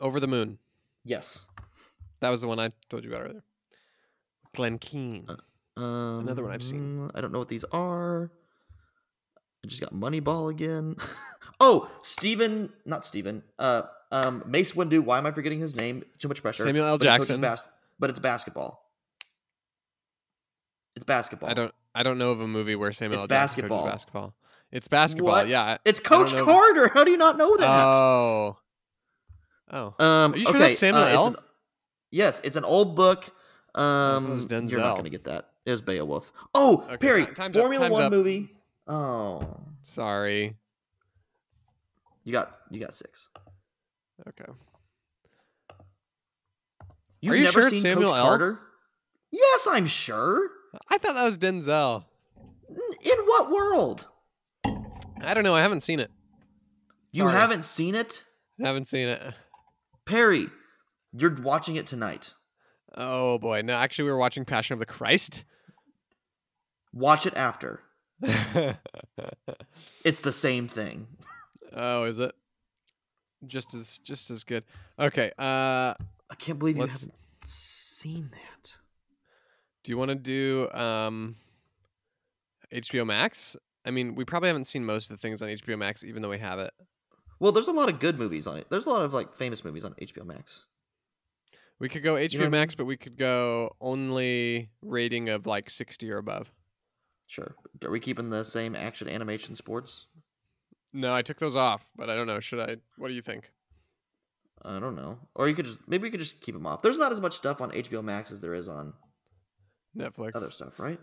A: Over the Moon.
B: Yes.
A: That was the one I told you about earlier. Glenn Keane.
B: Uh, Um,
A: Another one I've seen.
B: mm, I don't know what these are. I just got Moneyball again. oh, Steven, not Steven. Uh, um, Mace Windu. Why am I forgetting his name? Too much pressure.
A: Samuel L.
B: But he coaches
A: Jackson.
B: bas- but it's basketball. It's basketball.
A: I don't. I don't know of a movie where Samuel
B: It's
A: L. Jackson coaches
B: basketball.
A: basketball. It's basketball.
B: What?
A: Yeah.
B: It's
A: don't
B: Coach
A: know.
B: Carter. How do you not know that?
A: Oh. Oh.
B: Um,
A: Are you sure
B: okay,
A: that's Samuel
B: uh, it's
A: L.?
B: an- Yes, it's an old book. Um,
A: it was
B: You're not
A: Denzel.
B: going to get that. It was Beowulf. Oh,
A: Okay,
B: Perry,
A: ti- time's up,
B: Formula
A: time's
B: One
A: up.
B: movie. Oh,
A: Sorry.
B: you got you got six.
A: Okay.
B: You've
A: you
B: never
A: sure it's
B: seen
A: Samuel
B: Coach
A: L?
B: Carter? Yes, I'm sure.
A: I thought that was Denzel.
B: N- In what world?
A: I don't know. I haven't seen it.
B: You
A: Sorry.
B: haven't seen it,
A: I haven't seen it.
B: Perry? You're watching it tonight.
A: Oh boy. No, actually, we were watching Passion of the Christ.
B: Watch it after.
A: oh,
B: It's the same thing.
A: is it? Just as just as good. Okay. Uh,
B: I can't believe you
A: Let's-
B: haven't seen that.
A: do you want to do um, HBO Max? I mean, we probably haven't seen most of the things on HBO Max, even though we have it.
B: Well, there's a lot of good movies on it. There's a lot of like famous movies on HBO Max.
A: We could go HBO
B: know what I
A: Max, but we could go only rating of like sixty or above.
B: Sure. Are we keeping the same action, animation, sports?
A: No, I took those off, but I don't know. Should I? What do you think?
B: I don't know. Or you could just maybe you could just keep them off. There's not as much stuff on HBO Max as there is on
A: Netflix.
B: other stuff, right?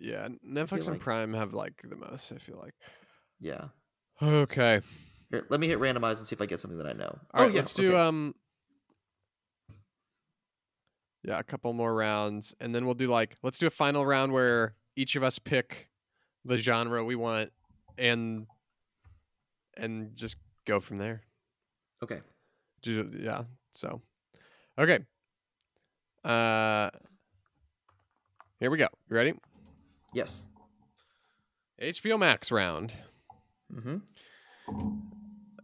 A: Yeah, n- Netflix and
B: like-
A: Prime have like the most. I feel like.
B: Yeah.
A: Okay.
B: Here, let me hit randomize and see if I get something that I know.
A: All right.
B: Oh, yeah,
A: let's do
B: okay.
A: um. Yeah, a couple more rounds, and then we'll do like let's do a final round where each of us pick the genre we want, and and just go from there.
B: okay.
A: Ju- yeah so okay uh here we go you ready
B: Yes.
A: hbo max round
B: Mm-hmm.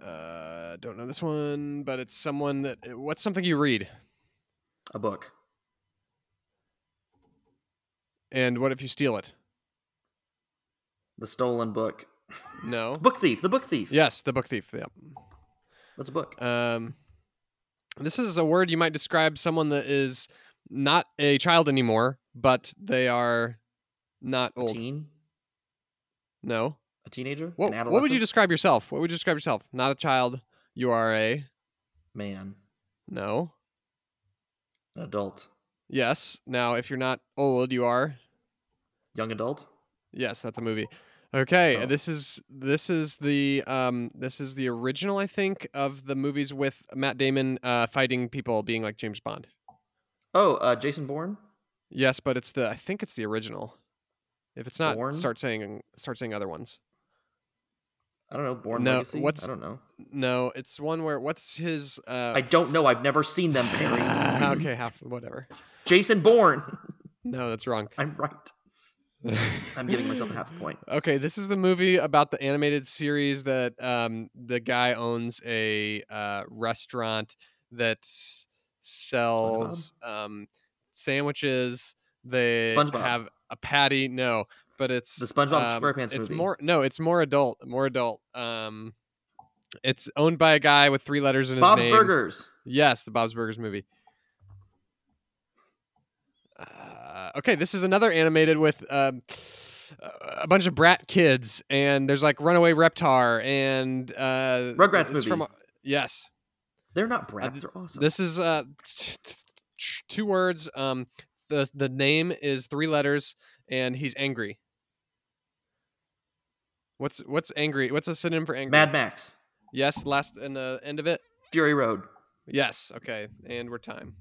A: uh don't know this one but it's someone that uh, what's something you read
B: A book.
A: and what if you steal it
B: The stolen book.
A: no
B: Book thief. The book thief.
A: yes the book thief yep
B: That's a book.
A: um this is a word you might describe someone that is not a child anymore but they are not
B: a
A: old
B: teen.
A: no
B: A teenager.
A: what,
B: An adolescent.
A: what would you describe yourself what would you describe yourself not a child you are a
B: Man.
A: no
B: An adult.
A: Yes. Now, if you're not old, you are.
B: Young adult.
A: Yes, that's a movie. Okay,
B: Oh.
A: this is this is the um this is the original I think of the movies with Matt Damon uh fighting people being like James Bond.
B: Oh, uh, Jason Bourne.
A: Yes, but it's the I think it's the original. If it's not,
B: Bourne?
A: start saying start saying other ones.
B: I don't know. Bourne
A: No,
B: Legacy.
A: what's-
B: I don't know.
A: No, it's one where what's his uh
B: I don't know. I've never seen them, Barry.
A: okay, half whatever.
B: Jason Bourne.
A: No, that's wrong.
B: I'm right. I'm giving myself a half a point.
A: Okay, this is the movie about the animated series that um, the guy owns a uh, restaurant that s- sells um, sandwiches. They
B: SpongeBob.
A: have a patty. No, but it's
B: The SpongeBob
A: um,
B: SquarePants
A: It's
B: movie.
A: more no, it's more adult, more adult. Um, it's owned by a guy with three letters in his
B: Bob's
A: name.
B: Burgers.
A: Yes, the Bob's Burgers movie. Uh, okay, this is another animated with um, a bunch of brat kids, and there's like Runaway Reptar and uh,
B: Rugrats
A: it's
B: movie.
A: yes,
B: They're not brats. They're awesome.
A: this is uh, two words. Um, the the name is three letters, and he's angry. What's what's angry? What's a synonym for angry?
B: Mad Max.
A: Yes, last and the end of it.
B: Fury Road.
A: Yes. Okay. And we're time.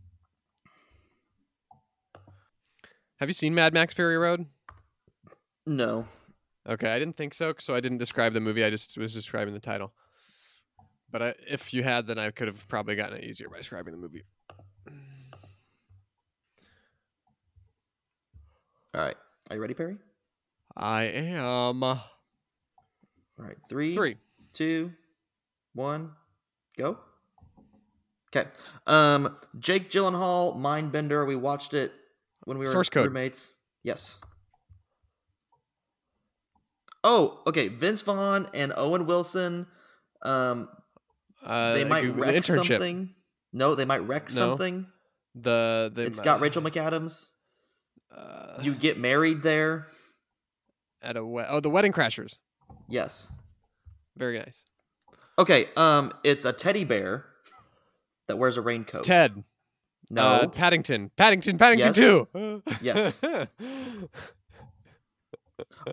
A: Have you seen Mad Max Fury Road?
B: No.
A: Okay, I didn't think so, so I didn't describe the movie. I just was describing the title. But I, if you had, then I could have probably gotten it easier by describing the movie.
B: All right. Are you ready, Perry?
A: I am uh,
B: All right. Three,
A: three.
B: two, one, go. Okay. Um, Jake Gyllenhaal, Mindbender. We watched it when we were
A: Source Code.
B: roommates. Yes. Oh, okay. Vince Vaughn and Owen Wilson. Um,
A: Uh,
B: they might
A: Google- the
B: wreck
A: internship.
B: something. No, they might wreck
A: No.
B: something.
A: The, the
B: It's got Rachel McAdams.
A: uh,
B: You get married there.
A: at a we- oh the Wedding Crashers.
B: Yes.
A: Very nice.
B: Okay. Um, it's a teddy bear that wears a raincoat.
A: Ted.
B: No.
A: Uh, Paddington. Paddington. Paddington
B: Yes.
A: Two.
B: Yes.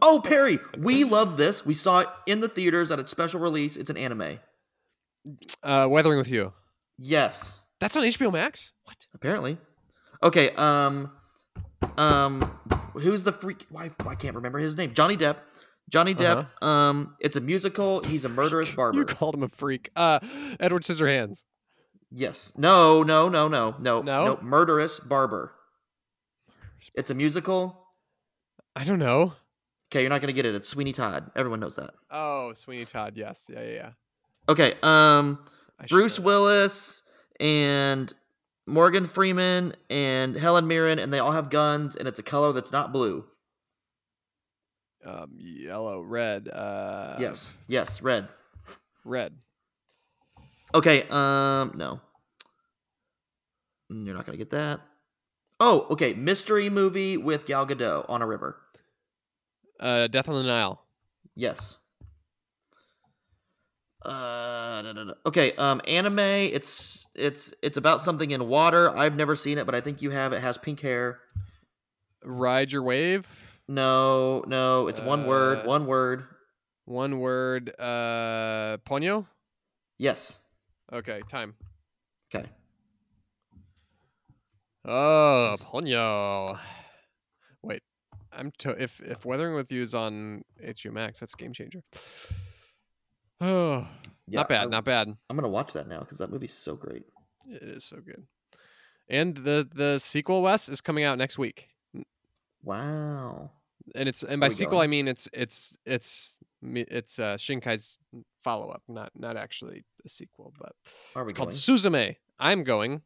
B: oh, Perry, we love this. We saw it in the theaters at its special release. It's an anime.
A: uh, Weathering with You.
B: Yes,
A: That's on HBO Max. What?
B: apparently. Okay. Um, um, who's the freak? Why I can't remember his name. Johnny Depp. Johnny Depp. Um, it's a musical. He's a murderous barber.
A: You called him a freak. Uh, Edward Scissorhands.
B: Yes. No, no, no, no,
A: No?
B: no, no. Murderous Barber. It's a musical.
A: I don't know.
B: Okay, you're not gonna get it. It's Sweeney Todd. Everyone knows that.
A: Oh, Sweeney Todd. Yes. Yeah. Yeah. Yeah.
B: Okay. Um,
A: I should
B: Bruce
A: know.
B: Willis and Morgan Freeman and Helen Mirren, and they all have guns, and it's a color that's not blue.
A: Um, yellow, red. Uh,
B: yes. Yes. Red.
A: Red.
B: Okay. Um. No. Mm, You're not gonna get that. Oh. Okay. Mystery movie with Gal Gadot on a river.
A: Uh, Death on the Nile.
B: Yes. Uh, da, da, da. okay. Um, anime. It's it's it's about something in water. I've never seen it, but I think you have. It has pink hair.
A: Ride your wave.
B: No, no. It's one word.
A: Uh,
B: One word.
A: One word. Uh, Ponyo.
B: Yes.
A: Okay. Time.
B: Okay.
A: Oh,
B: Yes.
A: Ponyo. Wait, I'm to- if if Weathering with You is on HBO Max, that's a game changer. Oh,
B: Yeah,
A: not bad,
B: I-
A: not bad.
B: I'm gonna watch that now because that movie's so great.
A: It is so good. And the the sequel Wes is coming out next week,
B: Wow.
A: and it's and
B: Are
A: by
B: we
A: sequel I
B: going?
A: mean it's it's it's me- it's uh, Shinkai's follow up, not not actually a sequel, but
B: Are we
A: it's called
B: going?
A: Suzume. I'm going.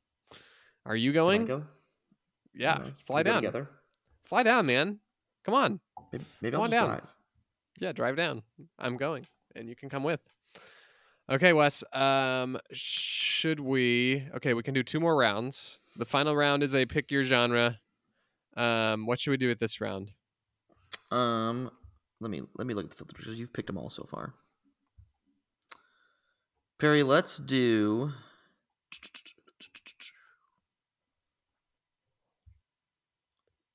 A: Are you
B: Can I
A: going?
B: go? Can
A: Yeah,
B: I- can
A: fly
B: we go
A: down,
B: Together.
A: fly down, man. Come on.
B: Maybe, maybe
A: Come
B: I'll
A: on
B: just
A: down.
B: drive.
A: Yeah, drive down. I'm going, and you can come with. Okay, Wes. Um, should we? Okay, we can do two more rounds. The final round is a pick your genre. Um, what should we do with this round?
B: Um, let me let me look at the filters because you've picked them all so far. Perry, let's do.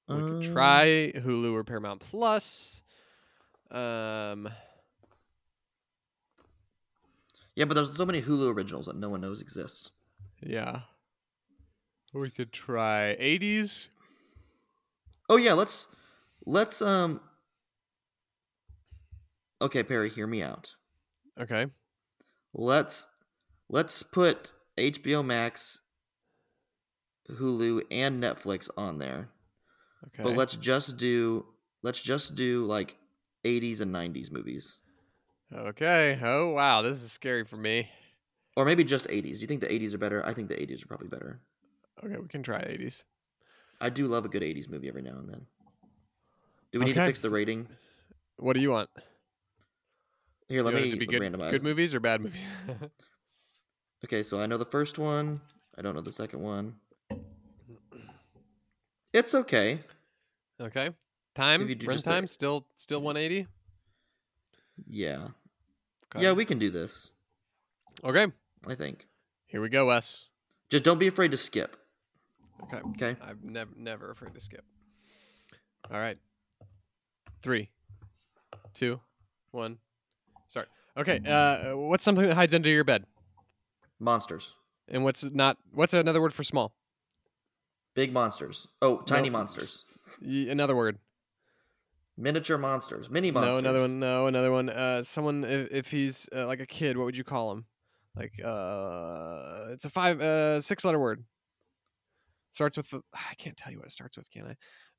A: We could
B: Um,
A: try Hulu or Paramount Plus. Um,
B: Yeah, but there's so many Hulu originals that no one knows exists.
A: yeah. We could try 80s.
B: Oh yeah, let's let's um. Okay, Perry, hear me out.
A: Okay.
B: Let's let's put HBO Max, Hulu, and Netflix on there.
A: Okay.
B: But let's just do let's just do like 80s and 90s movies.
A: okay. Oh wow, this is scary for me.
B: Or maybe just 80s. Do you think the 80s are better? I think the 80s are probably better.
A: Okay, we can try 80s.
B: I do love a good 80s movie every now and then. Do we need to
A: Okay.
B: fix the rating?
A: What do you want?
B: Here, let
A: You want
B: me
A: it to be good,
B: randomize.
A: good movies or bad movies?
B: Okay, so I know the first one. I don't know the second one. It's okay.
A: Okay. Time
B: you do
A: run
B: just the-
A: time still still 180.
B: Yeah.
A: Okay.
B: Yeah, we can do this.
A: Okay.
B: I think.
A: Here we go, Wes.
B: Just don't be afraid to skip.
A: Okay.
B: Okay.
A: I've never never afraid to skip. All right. Three, two, one. Start. Okay. Uh, what's something that hides under your bed?
B: Monsters.
A: And what's not? What's another word for small?
B: Big monsters. Oh, tiny
A: No.
B: monsters.
A: Y- another word.
B: Miniature monsters. Mini monsters.
A: No, another one. No, another one. Uh, someone if, if he's uh, like a kid, what would you call him? Like uh, it's a five, uh, six letter word. Starts with the, I can't tell you what it starts with, can I?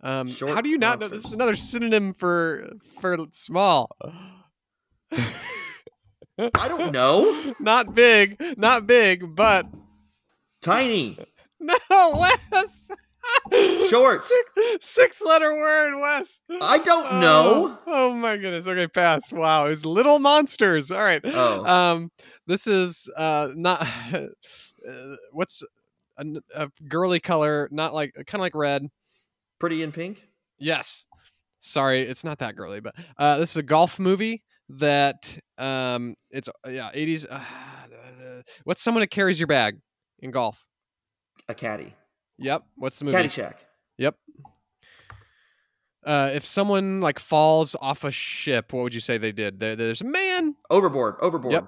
A: Um, how
B: Short
A: do you not know?
B: monsters.
A: This is another synonym for for small.
B: I don't know.
A: not big, not big, but
B: Tiny.
A: no, Wes.
B: Short.
A: Six, six letter word, Wes.
B: I don't know.
A: Oh, oh my goodness. Okay, pass. Wow, it's little monsters. All right.
B: Oh.
A: Um, this is uh not uh, what's a, n- a girly color, not like kind of like red.
B: Pretty in pink.
A: Yes. Sorry, it's not that girly, but uh, this is a golf movie that um it's yeah eighties. Uh, what's someone that carries your bag in golf?
B: A caddy.
A: Yep. What's the movie?
B: Caddyshack.
A: Yep. Uh, if someone like falls off a ship, what would you say they did? There, there's a man.
B: Overboard. Overboard.
A: Yep.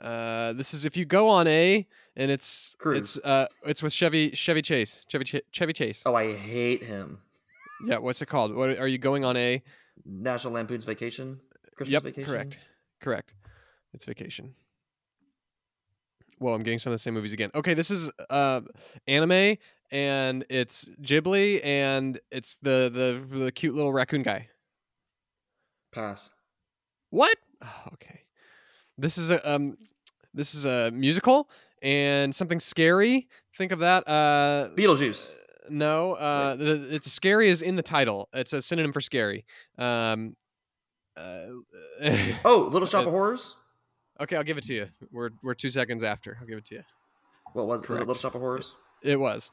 A: Uh, this is if you go on a and it's
B: Cruise.
A: it's uh it's with Chevy Chevy Chase Chevy Ch- Chevy Chase.
B: Oh, I hate him.
A: Yeah, what's it called? What are you going on a?
B: National Lampoon's Vacation. Christmas
A: yep,
B: Vacation.
A: correct, correct. It's vacation. Whoa, I'm getting some of the same movies again. Okay, this is uh anime and it's Ghibli and it's the the the cute little raccoon guy.
B: Pass.
A: What? Oh, okay. This is a um this is a musical and something scary. Think of that. Uh
B: Beetlejuice.
A: no, uh the, it's scary is in the title. It's a synonym for scary. Um uh,
B: Oh, Little Shop
A: Uh,
B: of Horrors.
A: okay, I'll give it to you. We're we're 2 seconds after. I'll give it to you.
B: What was it? Was it
A: correct.
B: Little Shop of Horrors?
A: It was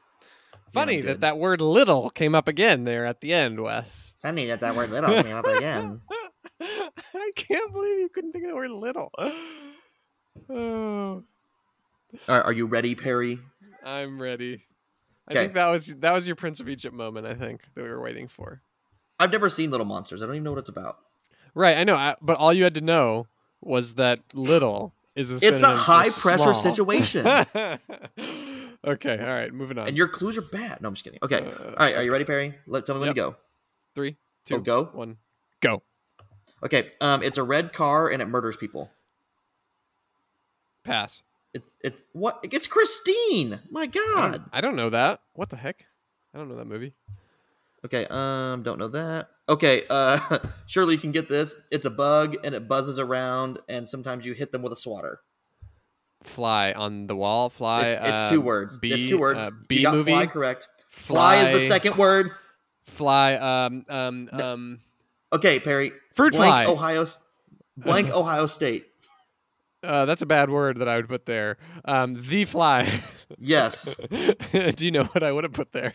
A: funny that
B: good.
A: that word little came up again there at the end, Wes.
B: Funny that that word little came up again.
A: I can't believe you couldn't think of the word little. Oh.
B: Are, are you ready, Perry?
A: I'm ready. I
B: Okay.
A: think that was that was your Prince of Egypt moment. I think that we were waiting for.
B: I've never seen Little Monsters. I don't even know what it's about.
A: Right, I know. I, but all you had to know was that little is a.
B: It's a
A: synonym for
B: high pressure
A: small.
B: situation,
A: okay, all right, moving on.
B: and your clues are bad. No, I'm just kidding. Okay,
A: Uh,
B: all right. Are you ready, Perry? Let tell me when to go.
A: three, two,
B: So go.
A: one, go.
B: Okay. Um, it's a red car and it murders people.
A: Pass.
B: It's it's what? It's Christine. My
A: I
B: God.
A: don't, I don't know that. What the heck? I don't know that movie.
B: Okay. Um, don't know that. Okay. Uh, surely you can get this. It's a bug and it buzzes around, and sometimes you hit them with a swatter.
A: Fly on the wall. Fly.
B: It's, it's
A: uh,
B: two words.
A: B,
B: it's two words.
A: Uh,
B: You
A: B
B: got
A: movie.
B: Fly correct. Fly, is the second word.
A: Fly. Um. Um. Um.
B: Okay, Perry.
A: Fruit
B: blank
A: fly.
B: Ohio. s- Blank Ohio State.
A: Uh, that's a bad word that I would put there. Um, the fly.
B: Yes.
A: Do you know what I would have put there?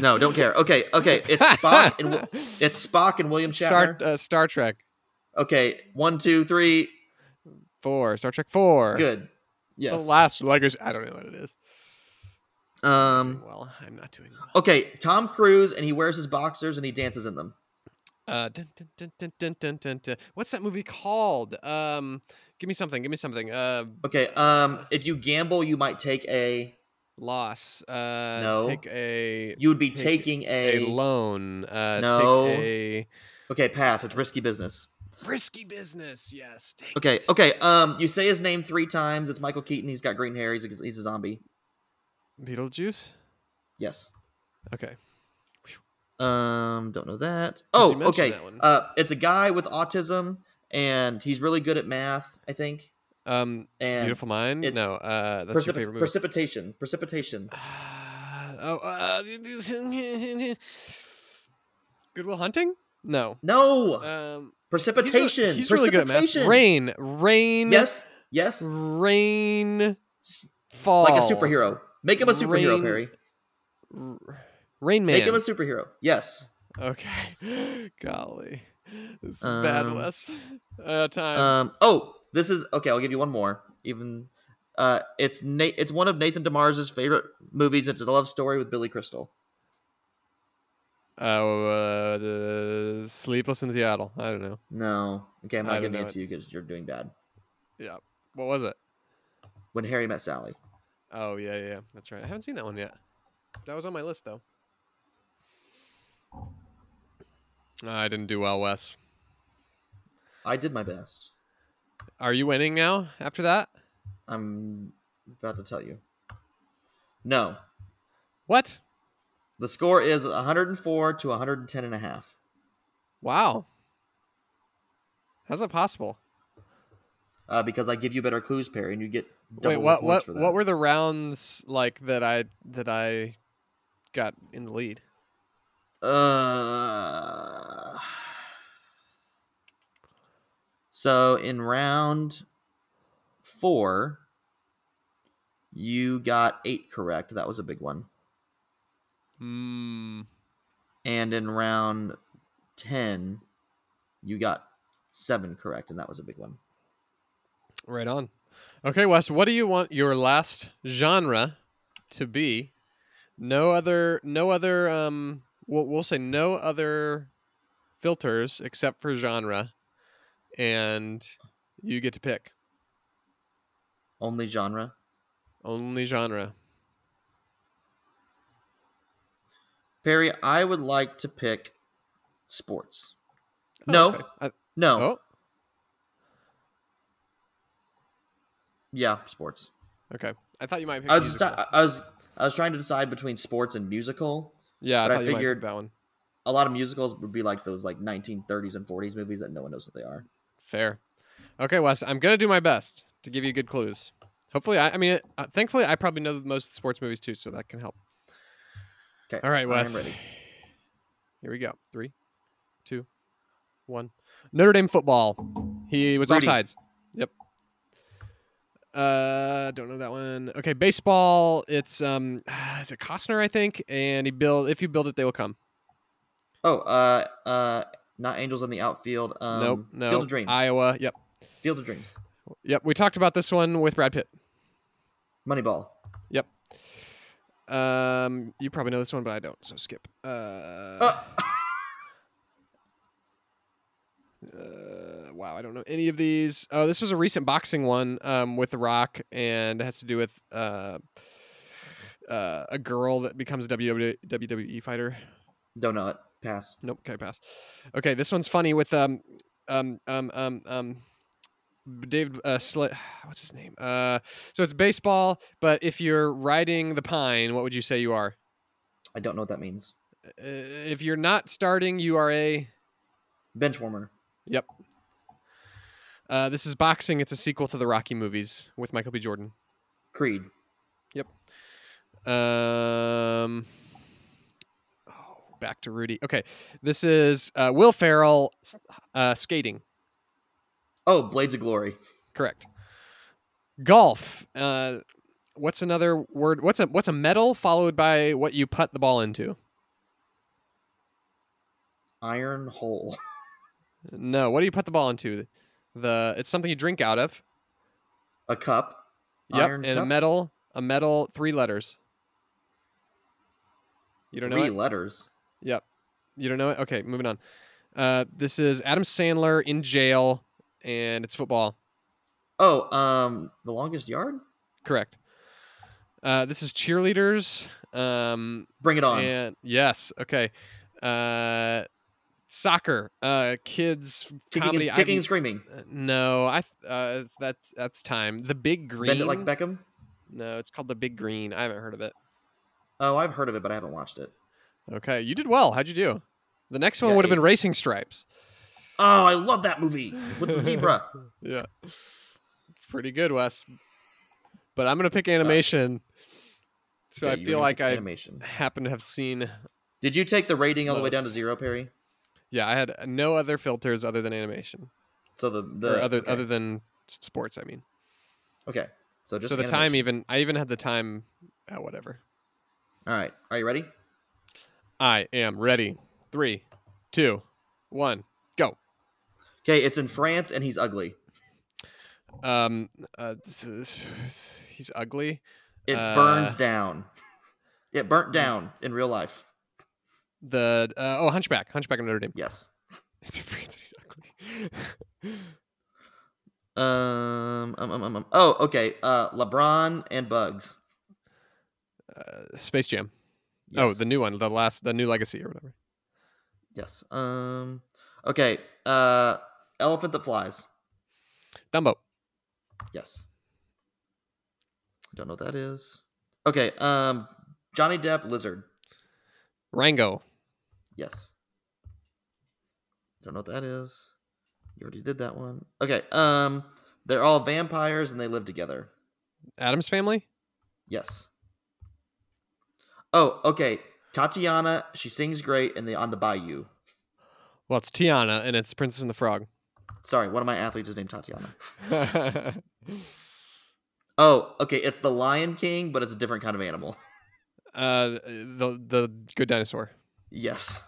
B: No, don't care. Okay, okay. It's Spock and Wi- it's Spock and William
A: Star
B: Shatner.
A: uh, Star Trek
B: Okay, one, two, three.
A: Four. Star Trek Four.
B: Good.
A: The
B: Yes.
A: last legacy. I don't know what it is. Doing
B: Um.
A: well, I'm not doing well.
B: Okay, Tom Cruise and he wears his boxers and he dances in them.
A: Uh, dun, dun, dun, dun, dun, dun, dun, dun. What's that movie called? Um, give me something. Give me something. Uh,
B: Okay. Um. If you gamble, you might take a.
A: loss. Uh,
B: No.
A: take a
B: You would be
A: Take
B: taking
A: a
B: a.
A: loan. Uh,
B: No.
A: take a
B: okay, pass. It's risky business.
A: risky business. Yes. dang
B: Okay.
A: it.
B: Okay. Um. You say his name three times. It's Michael Keaton. He's got green hair. He's a, he's a zombie.
A: Beetlejuice.
B: Yes.
A: Okay.
B: Um, don't know that.
A: Because
B: Oh,
A: you mentioned
B: okay.
A: that one.
B: Uh, it's a guy with autism, and he's really good at math, I think.
A: Um,
B: And
A: Beautiful Mind.
B: it's
A: No, uh, that's your
B: precip-
A: favorite movie.
B: precipitation, precipitation.
A: Ah, oh, uh, Goodwill Hunting. No.
B: No,
A: Um, he's really-
B: precipitation.
A: He's really, good at
B: precipitation.
A: math. Rain. Rain.
B: Yes, yes.
A: Rain.
B: S-
A: Fall.
B: Like a superhero. Make him a superhero,
A: Rain
B: Perry.
A: R- Rain Man.
B: Make him a superhero. Yes.
A: okay. Golly. This is bad,
B: Um,
A: Wes. Uh, time.
B: Um. Oh, this is okay. I'll give you one more. Even. Uh, it's Nate. It's one of Nathan DeMars's favorite movies. It's a love story with Billy Crystal.
A: oh, uh, the Sleepless in Seattle. I don't know.
B: No, okay, I'm
A: I
B: not
A: don't
B: giving
A: know
B: it
A: it.
B: to you because you're doing bad.
A: Yeah. What was it?
B: When Harry Met Sally.
A: Oh yeah, yeah, yeah. that's right. I haven't seen that one yet. That was on my list though. Ah, I didn't do well, Wes.
B: I did my best.
A: Are you winning now after that?
B: I'm about to tell you. No.
A: What?
B: The score is 104 to 110 and a half.
A: Wow. How's that possible?
B: Uh, because I give you better clues, Perry, and you get double
A: Wait, what?
B: the points
A: What?
B: for that.
A: What were the rounds like that? I that I got in the lead.
B: Uh, so in round four, you got eight correct. That was a big one.
A: Hmm.
B: And in round 10, you got seven correct, and that was a big one.
A: Right on. Okay, Wes. What do you want your last genre to be. No other, no other. Um, we'll, we'll say no other filters except for genre, and you get to pick
B: Only genre.
A: only genre.
B: Perry, I would like to pick sports.
A: Oh,
B: no,
A: okay. I-
B: no.
A: oh,
B: Yeah, sports.
A: okay. I thought you might pick.
B: I was,
A: musical.
B: I I was I was trying to decide between sports and musical.
A: yeah, I
B: but I
A: thought you might pick
B: figured-
A: that one.
B: A lot of musicals would be like those like 1930s and 40s movies that no one knows what they are.
A: Fair. Okay, Wes, I'm gonna do my best to give you good clues. Hopefully, I, I mean, uh, thankfully, I probably know most sports movies too, so that can help.
B: Okay.
A: All right, Wes.
B: I'm ready.
A: Here we go. Three, two, one. Notre Dame football. He was
B: Rudy.
A: offsides. Yep. Uh, don't know that one. Okay, baseball. It's um, is it Costner? I think. And he build. If you build it, they will come.
B: Oh, uh, uh, not Angels in the Outfield. Um,
A: nope. No.
B: Field of Dreams.
A: Iowa. Yep.
B: Field of Dreams.
A: Yep. We talked about this one with Brad Pitt.
B: Moneyball.
A: Um, you probably know this one, but I don't. So skip. Uh.
B: Oh,
A: uh, wow, I don't know any of these. Oh, this was a recent boxing one um, with The Rock, and it has to do with uh, uh, a girl that becomes E, a WW- WWE fighter.
B: don't know it. Pass.
A: Nope, okay, pass. Okay, this one's funny with um um um um um David uh, Slit. What's his name? Uh, so it's baseball, but if you're riding the pine, what would you say you are?
B: I don't know what that means.
A: Uh, if you're not starting, you are a.
B: Bench warmer.
A: Yep. Uh, this is boxing. It's a sequel to the Rocky movies with Michael B. Jordan.
B: Creed.
A: Um, oh, back to Rudy. Okay, this is uh, Will Ferrell s- uh, skating.
B: Oh, Blades of Glory.
A: Correct. Golf. Uh, what's another word? What's a what's a metal followed by what you put the ball into?
B: Iron Hole.
A: No. What do you put the ball into? The it's something you drink out of.
B: A cup.
A: Yep.
B: Iron
A: and a
B: cup?
A: metal. A metal. Three letters. You don't know.
B: Three
A: it?
B: letters.
A: Yep. You don't know it? Okay, moving on. Uh, this is Adam Sandler in jail, and it's football.
B: Oh, um, the longest yard.
A: Correct. Uh, this is cheerleaders. Um,
B: Bring it on.
A: and yes, okay. Uh, soccer. Uh, kids
B: kicking
A: comedy.
B: and, kicking
A: I'm-
B: and screaming.
A: uh, no, I th- uh, that's that's time. The Big Green.
B: Bend it like Beckham.
A: no, it's called the Big Green. I haven't heard of it.
B: Oh, I've heard of it, but I haven't watched it.
A: Okay, you did well. How'd you do? The next one
B: Yeah,
A: would have
B: eight.
A: been Racing Stripes.
B: Oh, I love that movie with the zebra.
A: Yeah. It's pretty good, Wes. But I'm going to pick animation. so
B: Yeah,
A: I
B: you
A: feel
B: were
A: like
B: into
A: I
B: animation.
A: happen to have seen.
B: Did you take the rating all the way down to
A: Close.
B: zero, Perry?
A: Yeah, I had no other filters other than animation
B: So the, the
A: or other
B: okay.
A: other than s- sports, I mean.
B: okay. So just
A: so the time
B: animation.
A: even I even had the time at whatever.
B: All right, are you ready?
A: I am ready. 3 2 1 go.
B: Okay, it's in France and he's ugly.
A: Um uh, this is- he's ugly.
B: It
A: Uh,
B: burns down. It burnt down in real life.
A: The uh, oh Hunchback, Hunchback of Notre Dame.
B: Yes.
A: It's a France, he's ugly.
B: Um, um, um, um, um. Oh, okay. Uh, LeBron and Bugs.
A: uh, Space Jam. Oh,
B: Yes.
A: the new one, the last, the new legacy or whatever.
B: Yes. Um. Okay. Uh. Elephant that flies.
A: Dumbo.
B: Yes. Don't know what that is. Okay. Um. Johnny Depp lizard.
A: Rango.
B: Yes. Don't know what that is. You already did that one. Okay. Um. They're all vampires and they live together.
A: Adam's Family.
B: Yes. Oh. Okay. Tatiana. She sings great and they on the Bayou.
A: Well, it's Tiana and it's Princess and the Frog.
B: Sorry, one of my athletes is named Tatiana.
A: uh,
B: Oh, okay. It's the Lion King, but it's a different kind of animal.
A: the the Good Dinosaur.
B: Yes.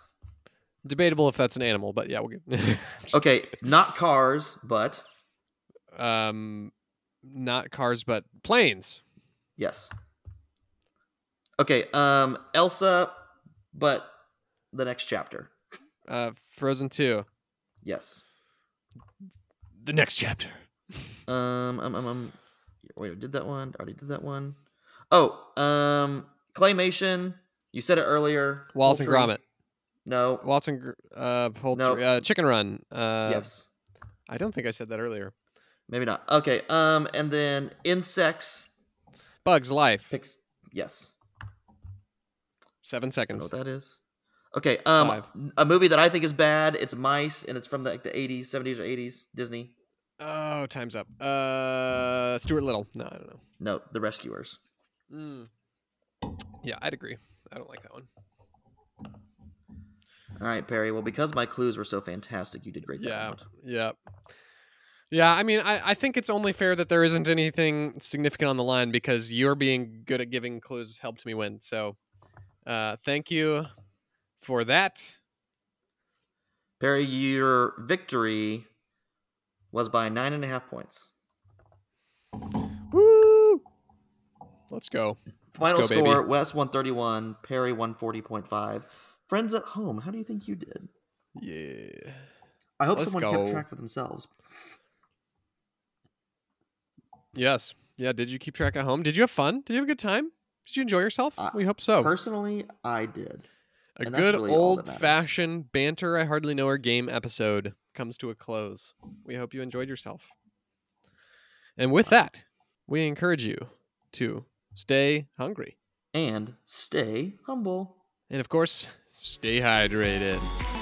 A: Debatable if that's an animal, but yeah, we'll get.
B: Okay, not cars, but
A: um, not cars, but planes.
B: yes. Okay, um, Elsa, but the next chapter.
A: Uh, Frozen Two.
B: Yes.
A: The next chapter.
B: Um, um, um, um wait, I did that one. Already did that one. Oh, um, claymation. You said it earlier.
A: Wallace
B: Poultry.
A: and Gromit.
B: No.
A: Wallace and Gr- uh, poultry.
B: No.
A: Uh, Chicken Run. Uh,
B: yes.
A: I don't think I said that earlier.
B: Maybe not. Okay. Um, and then insects.
A: Bugs Life.
B: Picks. Yes.
A: Seven
B: I know
A: seconds.
B: what that is. Okay. Um,
A: Five.
B: a movie that I think is bad. It's Mice, and it's from the, like the eighties, seventies, or eighties. Disney.
A: Oh, time's up. Uh, Stuart Little. No, I don't know.
B: No, The Rescuers.
A: Mm. Yeah, I'd agree. I don't like that one.
B: All right, Perry. Well, because my clues were so fantastic, you did great. that
A: Yeah,
B: round.
A: yeah, yeah. I mean, I, I think it's only fair that there isn't anything significant on the line because your being good at giving clues helped me win. So, uh, thank you for that.
B: Perry, your victory was by nine and a half points.
A: Woo! Let's go.
B: Final
A: go,
B: score:
A: baby.
B: Wes one thirty one, Perry one forty point five. Friends at home, how do you think you did?
A: Yeah.
B: I hope
A: Let's
B: someone
A: go.
B: kept track for themselves.
A: Yes. Yeah. Did you keep track at home? Did you have fun? Did you have a good time? Did you enjoy yourself?
B: Uh,
A: we hope so.
B: Personally, I did.
A: A
B: And that's
A: good
B: really all that
A: old
B: matters.
A: fashioned banter, I hardly know her game episode comes to a close. We hope you enjoyed yourself. And with that, we encourage you to stay hungry.
B: And stay humble.
A: And of course, stay hydrated.